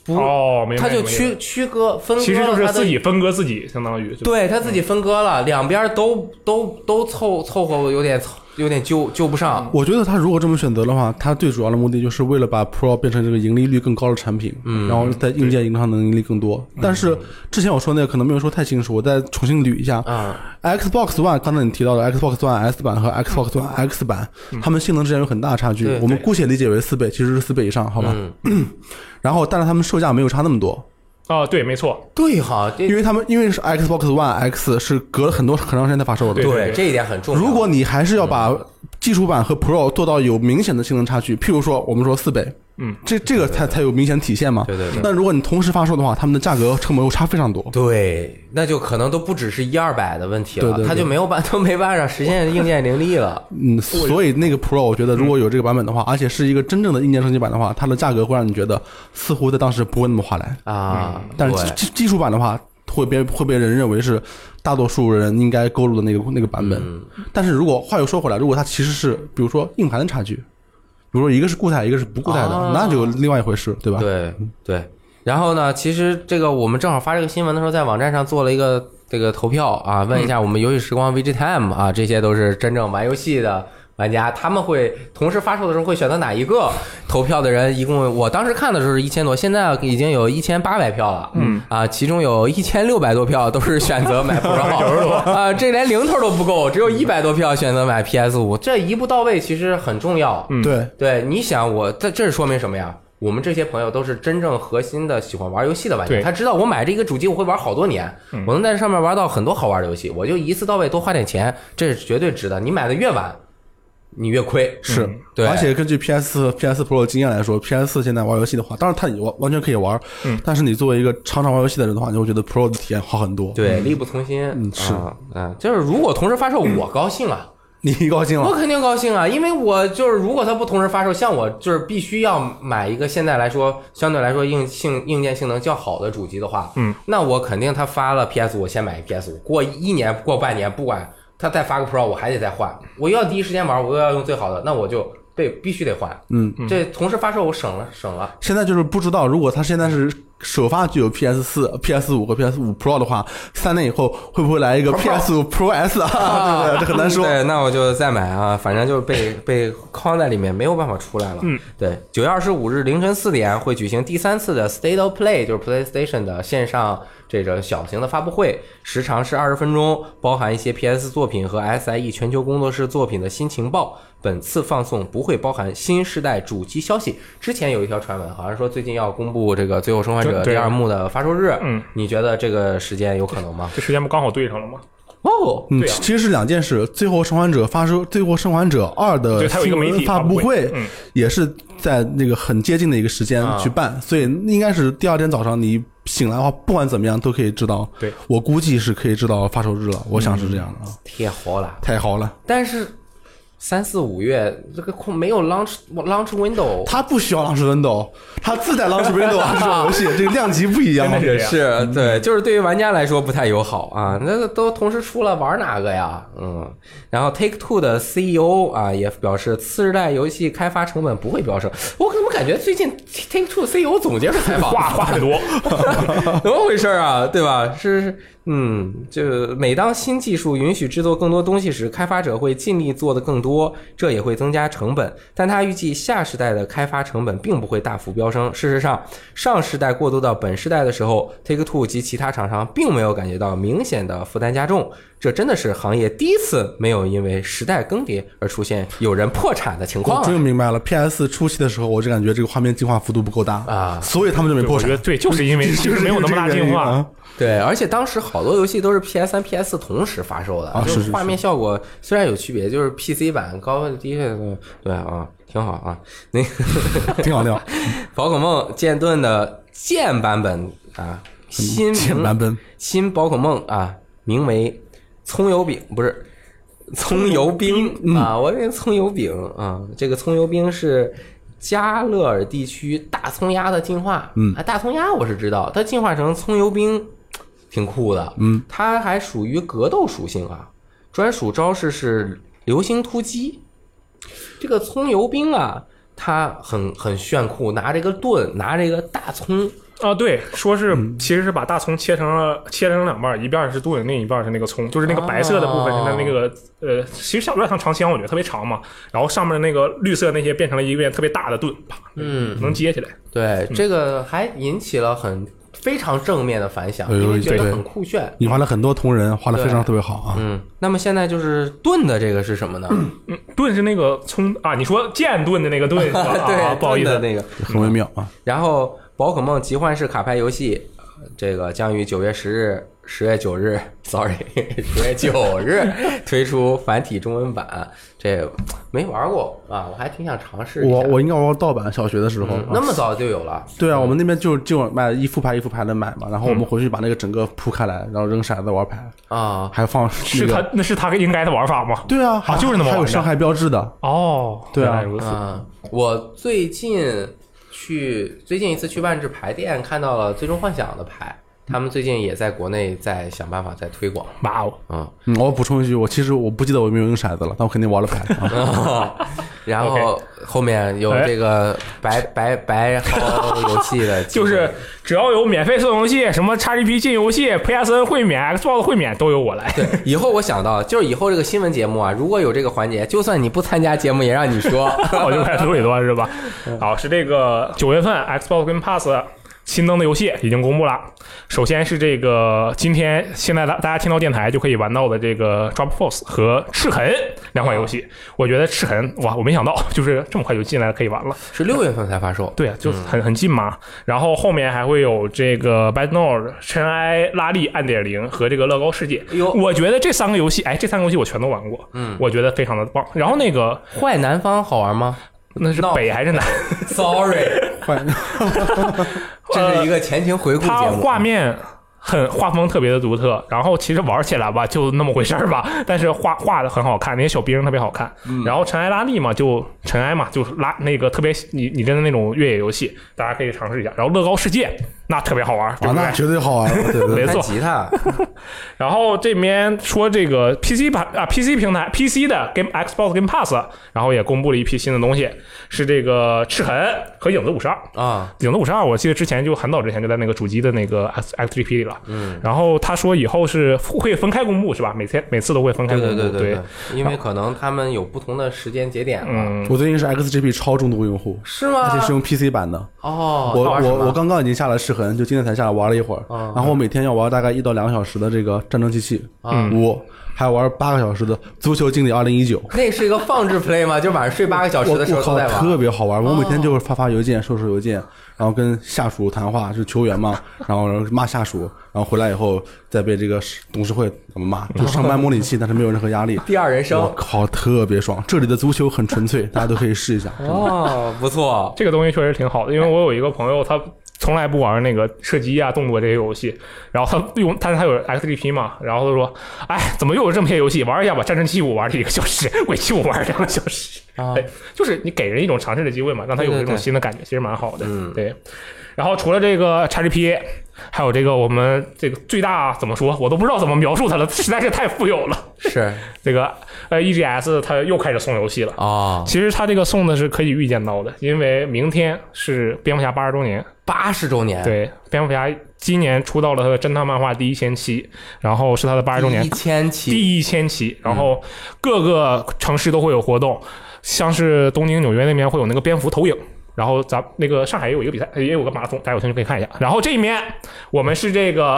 B: 不，
C: 哦，明白。
B: 他就
C: 明白明
B: 区区割分
C: 白
B: 割
C: 其实就
B: 了
C: 是
B: 它的
C: 自己分割自己，相当于就
B: 对他自己分割了，两边都都都凑凑合，有点凑有点揪揪不上。
D: 我觉得他如果这么选择的话，他最主要的目的就是为了把 Pro 变成这个盈利率更高的产品，嗯，然后在硬件营上能盈利更多。但是之前我说那个可能没有说太清楚，我再重新捋一下。
B: 啊，
D: Xbox One 刚才你提到的 Xbox One S 版和 Xbox One X 版，它们性能之间有很大差距
B: 嗯对，
D: 我们姑且理解为四倍，其实是四倍以上，好吧？
B: 嗯，
D: [CLEARS THROAT] 然后，但是他们售价没有差那么多，
C: 啊，对，没错，
B: 对哈，这
D: 因为他们因为是 Xbox One X 是隔了很多很长时间才发售的。
C: 对
B: 对嗯这一点很重要。
D: 如果你还是要把技术版和 Pro 做到有明显的性能差距，譬如说我们说四倍，
C: 嗯，
D: 这这个才才有明显体现嘛。
B: 对对对
D: 那如果你同时发售的话，他们的价格成本又差非常多。
B: 对，那就可能都不只是一二百的问题
D: 对
B: 了
D: 对，对
B: 他就没有办 [LAUGHS] 都没办法实现硬件盈利了。
D: 嗯，所以那个 Pro 我觉得如
B: 嗯
D: 果有这个版本的话，而且是一个真正的硬件升级版的话，它的价格会让你觉得似乎在当时不会那么划来。
B: 啊，
D: 但是
B: 对
D: 技技技术版的话，会被会被人认为是大多数人应该购入的那个那个版本。
B: 嗯
D: 但是如果话又说回来，如果它其实是比如说硬盘的差距，比如说一个是固态，一个是不固态的，
B: 啊
D: 那就另外一回事，对吧？
B: 对对，然后呢，其实这个我们正好发这个新闻的时候，在网站上做了一个这个投票啊，问一
D: 嗯
B: 下我们游戏时光 VG Time 啊，这些都是真正玩游戏的玩家，他们会同时发售的时候会选择哪一个？投票的人一共，我当时看的时候是一千多，现在已经有一千八百票了，嗯啊，其中有一千六百多票都是选择买
D: [LAUGHS]
B: Pro 啊，这连零头都不够，只有一百多票选择买 PS 五，这一步到位其实很重要，嗯。
D: 对，
B: 对，你想我这这是说明什么呀？我们这些朋友都是真正核心的喜欢玩游戏的玩家，
C: 对
B: 他知道我买这个主机我会玩好多年，我能在这上面玩到很多好玩的游戏，我就一次到位多花点钱，这是绝对值的。你买的越晚，你越亏。
D: 是，
B: 嗯对
D: 而且根据 PS 4 PS Pro 的经验来说，PS 4现在玩游戏的话，当然它也完完全可以玩，
B: 嗯
D: 但是你作为一个常常玩游戏的人的话，你会觉得 Pro 的体验好很多。，
B: 对，力不从心。嗯
D: 是
B: 啊，嗯，就是如果同时发售，我高兴啊。
D: 你高兴
B: 我
D: 了？
B: 肯定高兴啊，因为我就是如果它不同时发售，像我就是必须要买一个现在来说相对来说硬性硬件性能较好的主机的话，
C: 嗯，
B: 那我肯定它发了 PS 我先买一 PS 五，过一年过半年，不管它再发个 Pro，我还得再换，我要第一时间玩，我又要用最好的，那我就被必须得换。
D: 嗯，
B: 这同时发售我省了省了，
D: 现在就是不知道，如果它现在是首发具有 PS 4 PS 5和 PS 5 Pro 的话，三年以后会不会来
C: [LAUGHS]
D: 一个 PS 5 Pro
B: [LAUGHS]
D: S 啊？对不对？这很难说。
B: 对，那我就再买啊，反正就是被被框在里面，没有办法出来了。嗯，对，九月二十五日凌晨四点会举行第三次的 State of Play，就是 PlayStation 的线上这种小型的发布会，时长是二十分钟，包含一些 PS 作品和 SIE 全球工作室作品的新情报。本次放送不会包含新时代主机消息。之前有一条传闻，好像说最近要公布这个《最后生还者》
C: 对
B: 第二幕的发售日。
C: 嗯，
B: 你觉得这个时间有可能吗？
C: 这时间不刚好对上了吗？
B: 哦，
D: 嗯，
C: 对啊
D: 其其实是两件事，《最后生还者》发售，《最后生还者二》的
C: 对它有一
D: 新
C: 个媒
D: 闻
C: 体
D: 发
C: 发
D: 布
C: 布会
D: 会
C: 嗯
D: 也是在那个很接近的一个时间
B: 啊
D: 去办，所以应该是第二天早上你醒来的话，不管怎么样都可以知道。
C: 对，嗯
D: 我估计是可以知道发售日了，我想是这样的啊，
B: 贴好了。
D: 太好了，
B: 但是三四五月这个空没有 launch launch window，
D: 它不需要 launch window，它自带 launch window 啊，这种
C: [LAUGHS]
D: 游戏这个量级不一样
C: 真。的是这样。
B: 是对，就是对于玩家来说不太友好啊。那个都同时出了，玩哪个呀？嗯。然后 Take Two 的 CEO 啊也表示，次世代游戏开发成本不会飙升。我怎么感觉最近 Take Two CEO 总接受采 [LAUGHS] 访，
C: 话话很多，
B: [LAUGHS] 怎么回事啊？对吧？是，是嗯，就是每当新技术允许制作更多东西时，开发者会尽力做的更多，这也会增加成本。但他预计下时代的开发成本并不会大幅飙升。事实上，上时代过渡到本时代的时候，Take Two 及其他厂商并没有感觉到明显的负担加重。这真的是行业第一次没有因为时代更迭而出现有人破产的情况
D: 我
B: 啊、
D: 终于明白了，PS 初期的时候，我就感觉这个画面进化幅度不够大
B: 啊
D: 所以他们就没
C: 对
D: 破
C: 我觉
D: 产
C: 得。对，就是因为
D: [LAUGHS]
C: 就是没有那么大
D: 这个原
C: 进
D: 因
C: 化
D: 啊。
B: 对，而且当时好多游戏都是 PS 三、PS 四同时发售的，
D: 啊
B: 就是
D: 是
B: 画面效果虽然有区别，就是 PC 版高低的，对啊，挺好啊。那个
D: 挺好
C: [LAUGHS]
D: 料，
B: 宝可梦剑盾的剑版本啊，新
D: 简版本。
B: 新宝可梦啊，名为葱油饼，不是葱油饼啊，我认为葱油饼啊，这个葱油饼是。加勒尔地区大葱鸭的进化，
D: 嗯
B: 啊，大葱鸭我是知道，它进化成葱油饼，挺酷的，
D: 嗯，
B: 它还属于格斗属性啊，专属招式是流星突击，这个葱油兵啊，他很很炫酷，拿这个盾，拿这个大葱，
C: 啊，对，说是
D: 嗯
C: 其实是把大葱切成了切成两半儿，一半儿是炖，另一半儿是那个葱，就是那个白色的部分是它那个、呃，其实像有点像长枪，我觉得特别长嘛。然后上面那个绿色那些变成了一面特别大的盾，啪，
B: 嗯，
C: 能接起来。
B: 对，
C: 嗯
B: 这个还引起了很非常正面的反响，
D: 哎呦
B: 因为觉得
D: 对
B: 很酷炫。
D: 你画了很多同人，画的非常特别好啊。
B: 嗯，那么现在就是盾的这个是什么呢？
C: 嗯
B: [LAUGHS]
C: 盾是那个葱啊，你说剑盾的那个盾是吧？啊
B: [LAUGHS] 对，
C: 不好意
B: 盾
C: 思
B: 的，那个。
D: 很微妙啊。
B: 然后宝可梦集幻式卡牌游戏，呃这个将于九月十日、十月九日，sorry，十 [LAUGHS] 月九日推出繁体中文版。这没玩过啊，我还挺想尝试一下。
D: 我我应该玩过盗版，小学的时候。
B: 嗯那么早就有了。
D: 对啊，我们那边就就买一副牌一副牌的买嘛，
C: 嗯
D: 然后我们回去把那个整个铺开来，然后扔骰子玩牌，
B: 啊，
D: 还放
C: 是
D: 那
C: 他
D: 个。
C: 那是他应该的玩法吗？
D: 对啊，还
C: 就是那么玩
D: 还
C: 的
D: 有伤害标志的，
C: 哦，
D: 对
C: 原
D: 啊
C: 来如此。
B: 嗯，我最近去最近一次去万智牌店看到了《最终幻想》的牌，他们最近也在国内在想办法在推广。
C: 哇哦， [LAUGHS]
B: 嗯，
D: 嗯，我补充一句，我其实我不记得我有没有用骰子了，但我肯定玩了 [LAUGHS] 牌啊。
B: 然后后面有
C: 哎
B: 这个白白白薅游戏
C: [LAUGHS]
B: 的机会，
C: 就是只要有免费送游戏，什么 XGP 进游戏、PSN 会免、Xbox 会免都由我来。 [LAUGHS]
B: 对，以后我想到，就是以后这个新闻节目啊，如果有这个环节，就算你不参加节目，也让你说。 [LAUGHS]
C: 我哦就开始尾端是吧？好，是这个九月份 Xbox Game Pass 新增的游戏已经公布了。首先是这个今天现在大大家听到电台就可以玩到的这个 Drop Force 和赤痕两款游戏。我觉得赤痕哇，我没想到就是这么快就进来了，可以玩了。
B: 是六月份才发售，
C: 对啊，就是很很近嘛。然后后面还会有这个《Bad Nord》、《尘埃拉力二点零》和这个《乐高世界》
B: 哎呦
C: 我觉得这三个游戏，哎，这三个游戏我全都玩过，
B: 嗯
C: 我觉得非常的棒。然后那个
B: 坏南方好玩
C: [LAUGHS]
B: 吗
C: 那是
B: 闹
C: 北还是南？
B: ？Sorry，
D: 换
B: [LAUGHS]
D: [LAUGHS]
B: 这是一个前情回顾节
C: [LAUGHS] 它
B: 目。
C: 画面很画风特别的独特，然后其实玩起来吧就那么回事儿吧，但是画画的很好看，那些小兵特别好看。
B: 嗯
C: 然后尘埃拉力嘛，就尘埃嘛，就是拉那个特别你你真的那种越野游戏，大家可以尝试一下。然后乐高世界那特别好玩，对
D: 啊，
C: 不对
D: 那绝对好玩，对对对
C: 没
B: 弹
C: 错
B: 吉他，
C: 然后这边说这个 PC 版啊，PC 平台 PC 的 Game Xbox Game Pass，然后也公布了一批新的东西，是这个赤痕和影子五十二。
B: 啊，
C: 影子五十二，我记得之前就很早之前就在那个主机的那个 X X G P 里了。嗯，然后他说以后是会分开公布是吧？每天每次都会分开
B: 对
C: 公布。
B: 对对
C: 对
B: 对，因为可能他们有不同的时间节点嘛，
C: 嗯，
D: 我最近是 XGP 超重度用户，
B: 是
D: 而且
B: 吗
D: 是？啊用 PC 版的。
B: 哦，
D: 我
B: 那玩什么
D: 我我刚刚已经下了噬痕，就今天才下来玩了一会儿，
B: 嗯
D: 然后我每天要玩大概一到两个小时的这个战争机器五，还要玩八个小时的足球经理二零一九。
B: 那是一个放置 play 吗？就晚上睡八个小时
D: 我
B: 的时候
D: 我
B: 都
D: 靠
B: 在，玩哦
D: 特。别好玩！我每天就是发发邮件、收收邮件，然后跟下属谈话，是球员嘛，然后骂下属，然后回来以后再被这个董事会怎么骂，就上班模拟器，但是没有任何压力。
B: 第二人
D: 我
B: 生，
D: 靠，特别爽！这里的足球很纯粹，大家都可以试一
B: [LAUGHS]
D: 下。
B: 哦，不错，
C: 这个东西确实挺好的，因为我有一个朋友，他从来不玩那个射击啊、动作这些游戏，然后他用，但是他有 XGP 嘛，然后他说：“哎，怎么又有这么些游戏？玩一下吧，《战争七五》玩了一个小时，《鬼泣五》玩了两个小时。”
B: 啊
C: [LAUGHS] 对，就是你给人一种尝试的机会嘛，让他有
B: 对对
C: 这种
B: 对
C: 新的感觉，其实蛮好的。
B: 嗯
C: 对。然后除了这个 XGP，还有这个我们这个最大怎么说，我都不知道怎么描述它了，实在是太富有了。
B: 是
C: 这个呃 EGS 它又开始送游戏了。
B: 哦，
C: 其实它这个送的是可以预见到的，因为明天是蝙蝠侠八十周年。
B: 八十周年，
C: 对，蝙蝠侠今年出到了他的侦探漫画第一千期，然后是他的八十周年
B: 一千七，
C: 第一千期，然后各个城市都会有活动，像是东京、纽约那边会有那个蝙蝠投影。然后咱那个上海也有一个比赛，也有个马拉松，大家有兴趣可以看一下。然后这一面我们是这个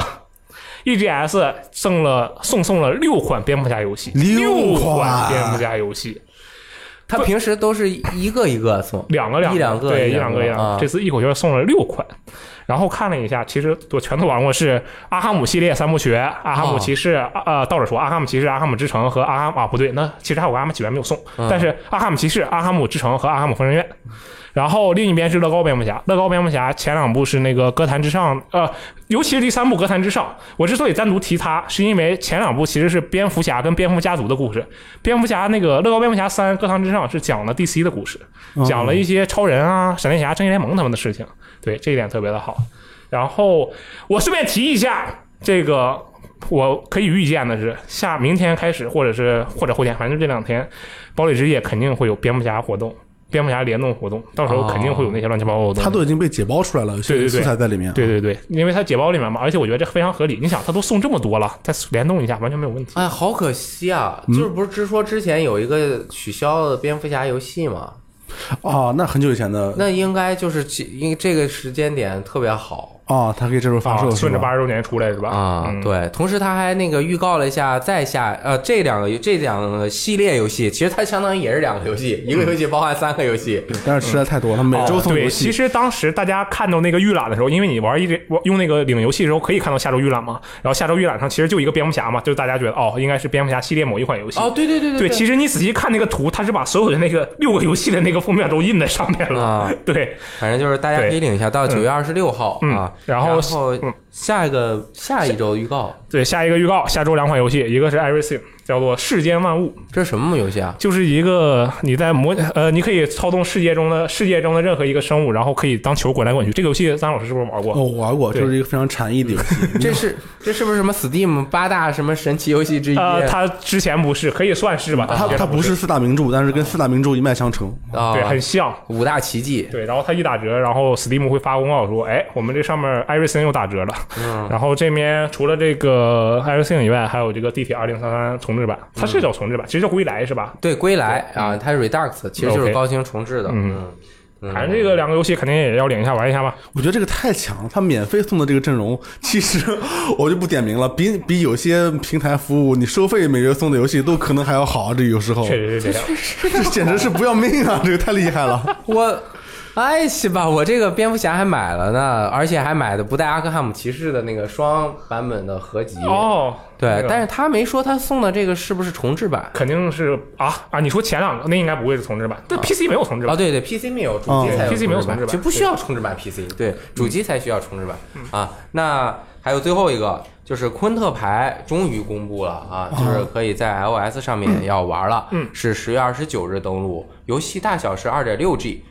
C: EGS 赠了送送了六款蝙蝠侠游戏，
D: 六款
C: 款蝙蝠侠游戏，
B: 他平时都是一个一个送，
C: 两个两
B: 一两个
C: 对
B: 一
C: 一
B: 两
C: 两
B: 个
C: 个一两
B: 啊
C: 这次一口气儿送了六款，然后看了一下，其实我全都玩过是阿哈姆系列三部曲、阿哈姆骑士、啊呃倒着说阿哈姆骑士、阿哈姆之城和阿哈啊不对，那其实还有个阿哈姆起源没有送，
B: 嗯
C: 但是阿哈姆骑士、阿哈姆之城和阿哈姆疯人院。然后另一边是乐高蝙蝠侠，乐高蝙蝠侠前两部是那个歌坛之上，呃，尤其是第三部歌坛之上，我之所以单独提它，是因为前两部其实是蝙蝠侠跟蝙蝠家族的故事，蝙蝠侠那个乐高蝙蝠侠三歌坛之上是讲了 DC 的故事，
D: 哦
C: 讲了一些超人啊、闪电侠、正义联盟他们的事情，对这一点特别的好。然后我顺便提一下，这个我可以预见的是，下明天开始，或者是或者后天，反正这两天，堡垒之夜肯定会有蝙蝠侠活动，蝙蝠侠联动活动，到时候肯定会有那些乱七八糟的活动。
D: 它哦都已经被解包出来了，有
C: 对
D: 些
C: 对对
D: 素材在里面。
C: 对对对，因为它解包里面嘛，而且我觉得这非常合理。你想，它都送这么多了，再联动一下完全没有问题。
B: 哎，好可惜啊！就是
C: 嗯
B: 不是之说之前有一个取消的蝙蝠侠游戏嘛？
D: 啊，那很久以前的
B: 那应该就是这因为这个时间点特别好
D: 啊，它可以这时候发售
C: 啊，
D: 是
C: 顺着
D: 吧？
C: 八十周年出来是吧？
B: 啊。
C: 嗯
B: 对，同时他还那个预告了一下再下呃这两个这两个系列游戏，其实它相当于也是两个游戏，一个游戏包含三个游戏。
D: 但是实在太多了，它每周
C: 呃
D: 送游
C: 哦对，其
D: 戏。
C: 实当时大家看到那个预览的时候，因为你玩一直我用那个领游戏的时候可以看到下周预览嘛，然后下周预览上其实就一个蝙蝠侠嘛，就是大家觉得哦，应该是蝙蝠侠系列某一款游戏。
B: 哦，对对对
C: 对，
B: 对，
C: 其实你仔细看那个图，它是把所有的那个 [LAUGHS] 六个游戏的那个封面都印在
D: [LAUGHS]
C: 上面了。
B: 啊，
C: 对，
B: 反正就是大家可以领一下，到九月二十六号
C: 嗯
B: 啊。
C: 然后
B: 然后
C: 嗯
B: 下一个下一周预告，
C: 对，下一个预告，下周两款游戏，一个是 Everything，叫做《世间万物》，
B: 这是什么游戏啊？
C: 就是一个你在模呃，你可以操纵世界中的世界中的任何一个生物，然后可以当球滚来滚去。这个游戏，张老师是不是玩过？
D: 哦，我玩过，
C: 对
D: 就是一个非常禅意的游
C: [LAUGHS]
D: 戏。
B: 这是这是不是什么 Steam 八大什么神奇游戏之一？
C: 呃，它之前不是，可以算是吧？
D: 它
C: 之前
D: 它不是四大名著，但是跟四大名著一脉相承。
B: 啊
C: 对，很像。
B: 五大奇迹，
C: 对，然后它一打折，然后 Steam 会发公告说，哎，我们这上面 Everything 又打折了。嗯、然后这边除了这个 Everything 以外，还有这个地铁二零三三重置版，它是叫重置版，其实叫归来是吧？
B: 对归来啊，它是 Redux，其实就是
C: 嗯 OK
B: 高清重置的。
C: 嗯哦
B: 嗯，
C: 反正这个两个游戏肯定也要领一下玩一下吧。
D: 我觉得这个太强了，它免费送的这个阵容， [LAUGHS] 其实我就不点名了，比比有些平台服务你收费每月送的游戏都可能还要好。这有时候
C: 确实是这样。
D: 这简直是不要命啊！这个太厉害
C: [LAUGHS]
D: 了。
B: 我。哎，是吧？我这个蝙蝠侠还买了呢，而且还买的不带阿克汉姆骑士的那个双版本的合集。，
C: 哦，那
B: 对
C: 个，
B: 但是他没说他送的这个是不是重置版
C: 肯定是啊啊！你说前两个那应该不会是重置版，但 PC 没有重置
B: 啊？
C: 版。
B: 对对，PC 没有，主机才有
C: 嗯 PC 没有重置版嗯
B: 就不需要重置版 PC，对，主机才需要重置版啊。那还有最后一个就是昆特牌终于公布了啊，就是可以在 iOS 上面要玩了，
C: 哦嗯
B: 是十月二十九日登陆，游戏大小是二点六 G。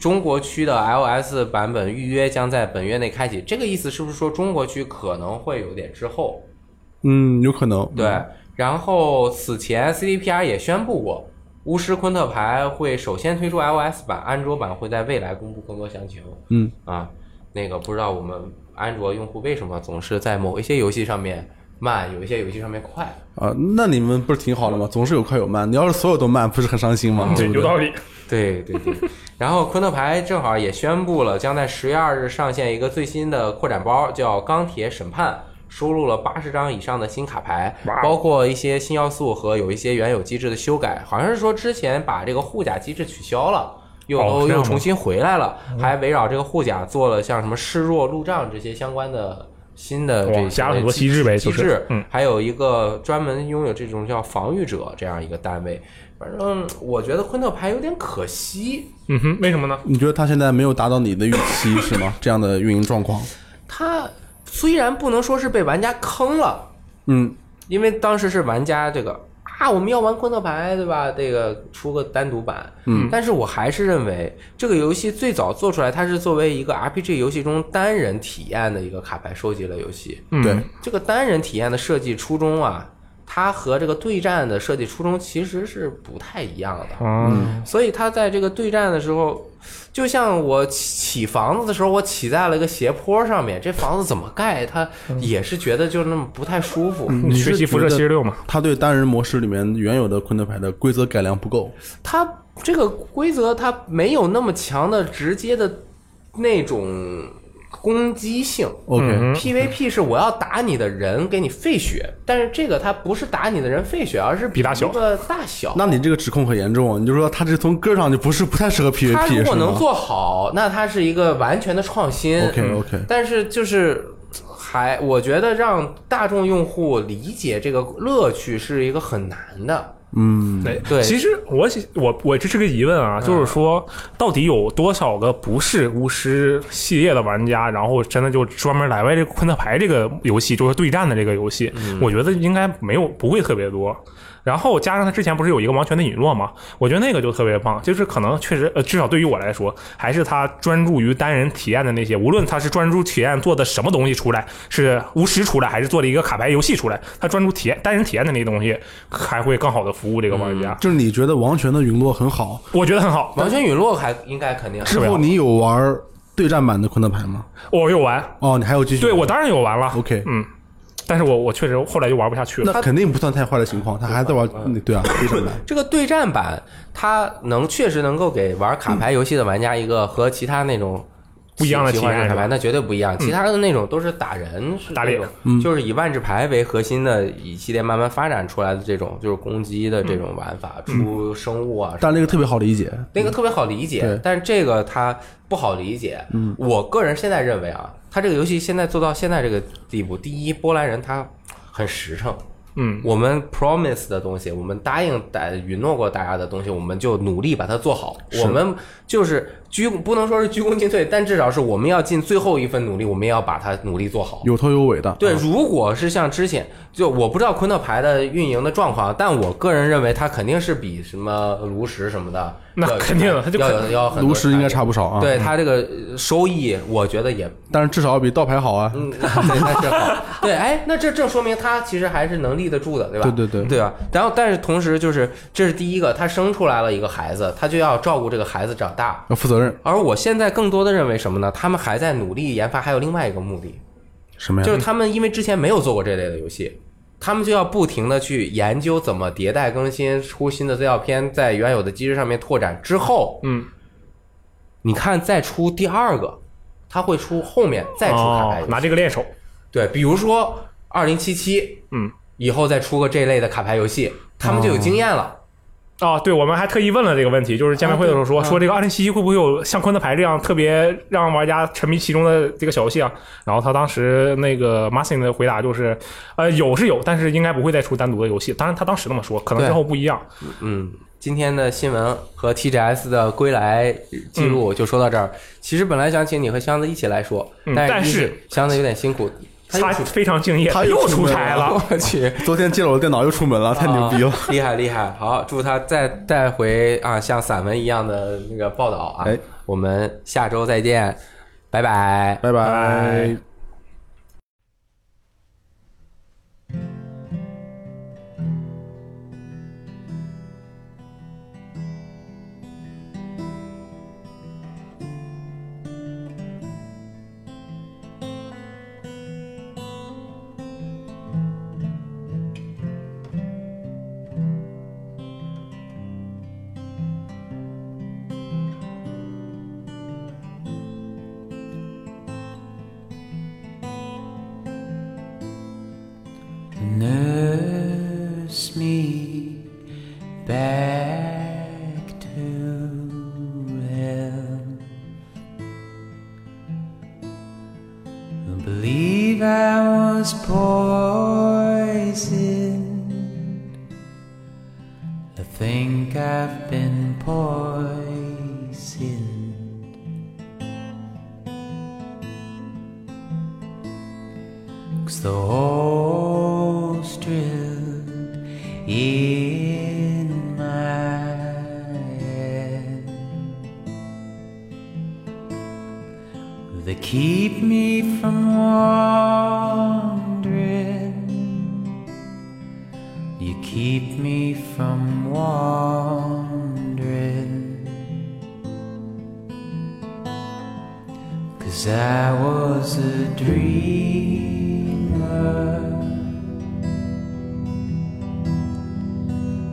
B: 中国区的 iOS 版本预约将在本月内开启，这个意思是不是说中国区可能会有点滞后？
D: 嗯，有可能。
B: 对，然后此前 CDPR 也宣布过，巫师昆特牌会首先推出 iOS 版，安卓版会在未来公布更多详情。
D: 嗯
B: 啊，那个不知道我们安卓用户为什么总是在某一些游戏上面慢，有一些游戏上面快。
D: 啊，那你们不是挺好的吗？总是有快有慢，你要是所有都慢，不是很伤心吗？
C: 啊对，
D: 不
C: 有
D: 对？
C: 道理。
B: [LAUGHS] 对对对，然后昆特牌正好也宣布了，将在十月二日上线一个最新的扩展包，叫《钢铁审判》，收录了八十张以上的新卡牌
C: 哇，哦
B: 包括一些新要素和有一些原有机制的修改。好像是说之前把这个护甲机制取消了。又
C: 哦
B: 都
C: 这
B: 又
C: 样吗嗯
B: 重新回来了，还围绕这个护甲做了像什么示弱、路障这些相关的新的这
C: 哇
B: 些
C: 加了很多机制呗
B: 机
C: 就是
B: 制，
C: 嗯
B: 还有一个专门拥有这种叫防御者这样一个单位。反正我觉得昆特牌有点可惜，
C: 嗯哼，为什么呢？
D: 你觉得他现在没有达到你的预期是吗？这样的运营状况，
B: 它虽然不能说是被玩家坑了，
D: 嗯，
B: 因为当时是玩家这个啊，我们要玩昆特牌，对吧？这个出个单独版，嗯，但是我还是认为这个游戏最早做出来，它是作为一个 RPG 游戏中单人体验的一个卡牌收集类游戏。
C: 嗯
D: 对，
B: 这个单人体验的设计初衷啊，它和这个对战的设计初衷其实是不太一样的。
C: 啊，
B: 所以他在这个对战的时候，就像我起起房子的时候，我起在了一个斜坡上面，这房子怎么盖，他也是觉得就那么不太舒服。
D: 你
C: 学习辐射七十
D: 实
C: 六嘛，
D: 他对单人模式里面原有的昆特牌的规则改良不够，
B: 它这个规则它没有那么强的直接的那种攻击性。
D: OK，、
C: 嗯
B: PVP 是我要打你的人给你费血，但是这个它不是打你的人费血，而是
C: 比大小
B: 一个大小。
D: 那你这个指控很严重啊！你就说他这从根儿上就不是不太适合 PVP，
B: 他如果
D: 是吗
B: 能做好，那他是一个完全的创新。嗯
D: OK，OK
B: 但是就是还，我觉得让大众用户理解这个乐趣是一个很难的。
D: 嗯，
C: 对
B: 对
C: 其实我我我这是个疑问啊，就是说到底有多少个不是巫师系列的玩家，然后真的就专门来玩这个昆特牌这个游戏，就是对战的这个游戏，我觉得应该没有不会特别多。然后加上他之前不是有一个王权的陨落吗？我觉得那个就特别棒，就是可能确实，呃，至少对于我来说，还是他专注于单人体验的那些，无论他是专注体验做的什么东西出来，是巫师出来，还是做了一个卡牌游戏出来，他专注体验单人体验的那些东西，还会更好的服务这个玩家。
D: 就是你觉得王权的陨落很好，
C: 我觉得很好，
B: 王权陨落还应该肯定
D: 之后你有玩对战版的昆特牌吗？
C: 我有玩，
D: 哦，你还有继续？
C: 对我当然有玩了。
D: OK
C: 嗯，但是我我确实后来就玩不下去了。
D: 那肯定不算太坏的情况，他还
B: [LAUGHS]
D: 在玩，对啊，对战版。
B: 这个对战版，它能确实能够给玩卡牌游戏的玩家一个和其他那种。
C: 不一样的
B: 喜欢
C: 体验
B: 玩卡
C: 是吧
B: 牌那绝对不一样，其他的那种都是打人、是
C: 打
B: 那
C: 脸
B: 种就是以万智牌为核心的一系列慢慢发展出来的这种就是攻击的这种玩法，
C: 嗯
B: 出生物啊
D: 但那个特别好理解，
B: 那个特别好理解，
D: 对
B: 但是这个它不好理解。嗯，我个人现在认为啊，它这个游戏现在做到现在这个地步，第一，波兰人他很实诚。
C: 嗯，
B: 我们 promise 的东西，我们答应大允诺过大家的东西，我们就努力把它做好。我们就是鞠不能说是鞠躬尽瘁，但至少是我们要尽最后一份努力，我们要把它努力做好。
D: 有头有尾的。
B: 对，
D: 啊
B: 如果是像之前，就我不知道昆特牌的运营的状况，但我个人认为它肯定是比什么炉石什么的，
C: 那
B: 要
C: 肯定的它就
B: 要
C: 肯
B: 有要很多
D: 炉石应该差不少啊，
B: 对，它这个呃收益，我觉得也，
D: 但是至少要比盗牌好啊。
B: 嗯，对， [LAUGHS] 那是好，对，哎，那这正说明它其实还是能立得住的，对吧？
D: 对对对
B: 对吧？然后，但是同时就是，这是第一个，他生出来了一个孩子，他就要照顾这个孩子长大，
D: 要负责任，
B: 而我现在更多的认为什么呢？他们还在努力研发，还有另外一个目的，
D: 什么呀？
B: 就是他们因为之前没有做过这类的游戏，他们就要不停的去研究怎么迭代更新，出新的资料片，在原有的机制上面拓展之后，
C: 嗯，
B: 你看再出第二个，它会出后面再出卡牌
C: 哦
B: 游，戏，
C: 拿这个练手，
B: 对，比如说二零七七
C: 嗯，
B: 以后再出个这类的卡牌游戏，他们就有经验了。
C: 哦，对，我们还特意问了这个问题，就是见面会的时候说、
B: 啊对
C: 说这个二零七七会不会有像昆特牌这样特别让玩家沉迷其中的这个小游戏啊？然后他当时那个 Martin 的回答就是，呃，有是有，但是应该不会再出单独的游戏。当然他当时那么说，可能
B: 对
C: 之后不一样。
B: 嗯，今天的新闻和 TGS 的归来记录就说到这儿。其实本来想请你和箱子一起来说，
C: 嗯
B: 但
C: 但
B: 一
C: 是
B: 箱子有点辛苦，他又
C: 他非常敬业，
D: 他又
C: 又
D: 出
C: 出
D: 门
C: 差了。
B: [LAUGHS] 我去，
D: 昨天借了我的电脑又出门了，太牛逼了。
B: 啊厉害厉害！好，祝他再带回啊，像散文一样的那个报道啊。
D: 哎
B: 我们下周再见，拜拜。
D: 拜拜。
A: Nurse me back to health. I believe I was poisoned. I think I've been poisoned. Cause the whole strip in my head. They keep me from wandering. You keep me from wandering. Cause I was a dreamer,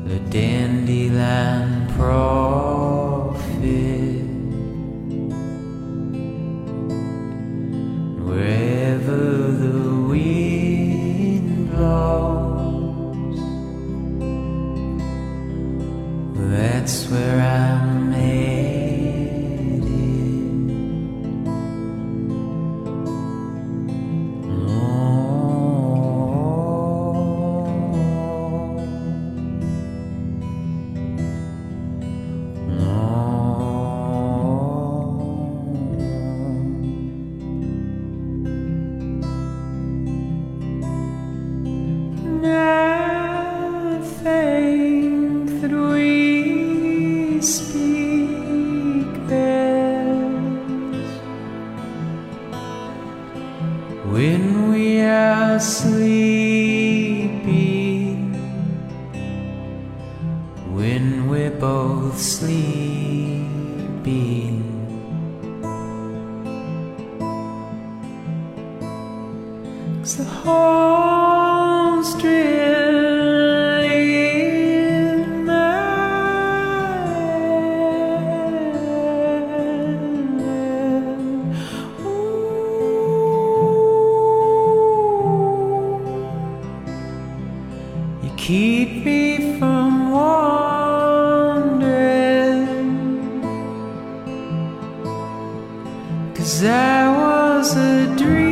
A: a dandelion prophet. Wherever the wind blows, that's where I'm headed. I think that we speak best when we are sleepy, when we're both sleeping. Cause the whole string in my hand. Ooh. You keep me from wandering. Cause I was a dreamer,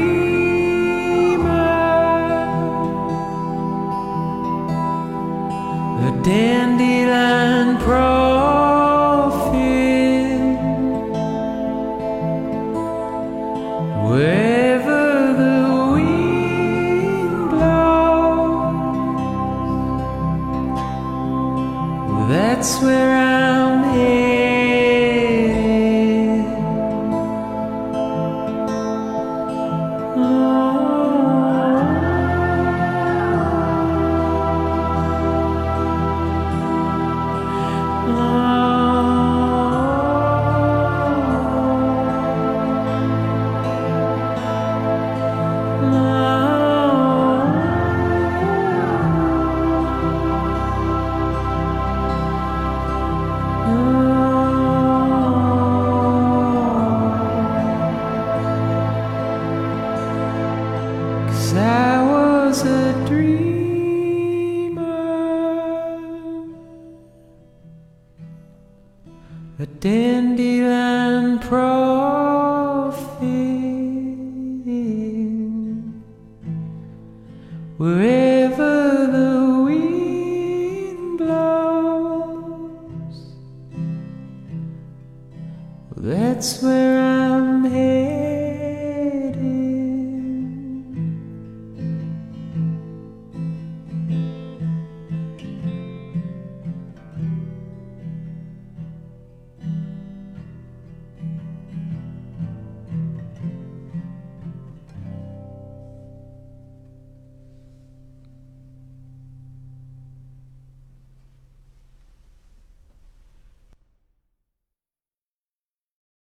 A: a dandelion prophet. I was a dreamer, a dandelion prophet. Wherever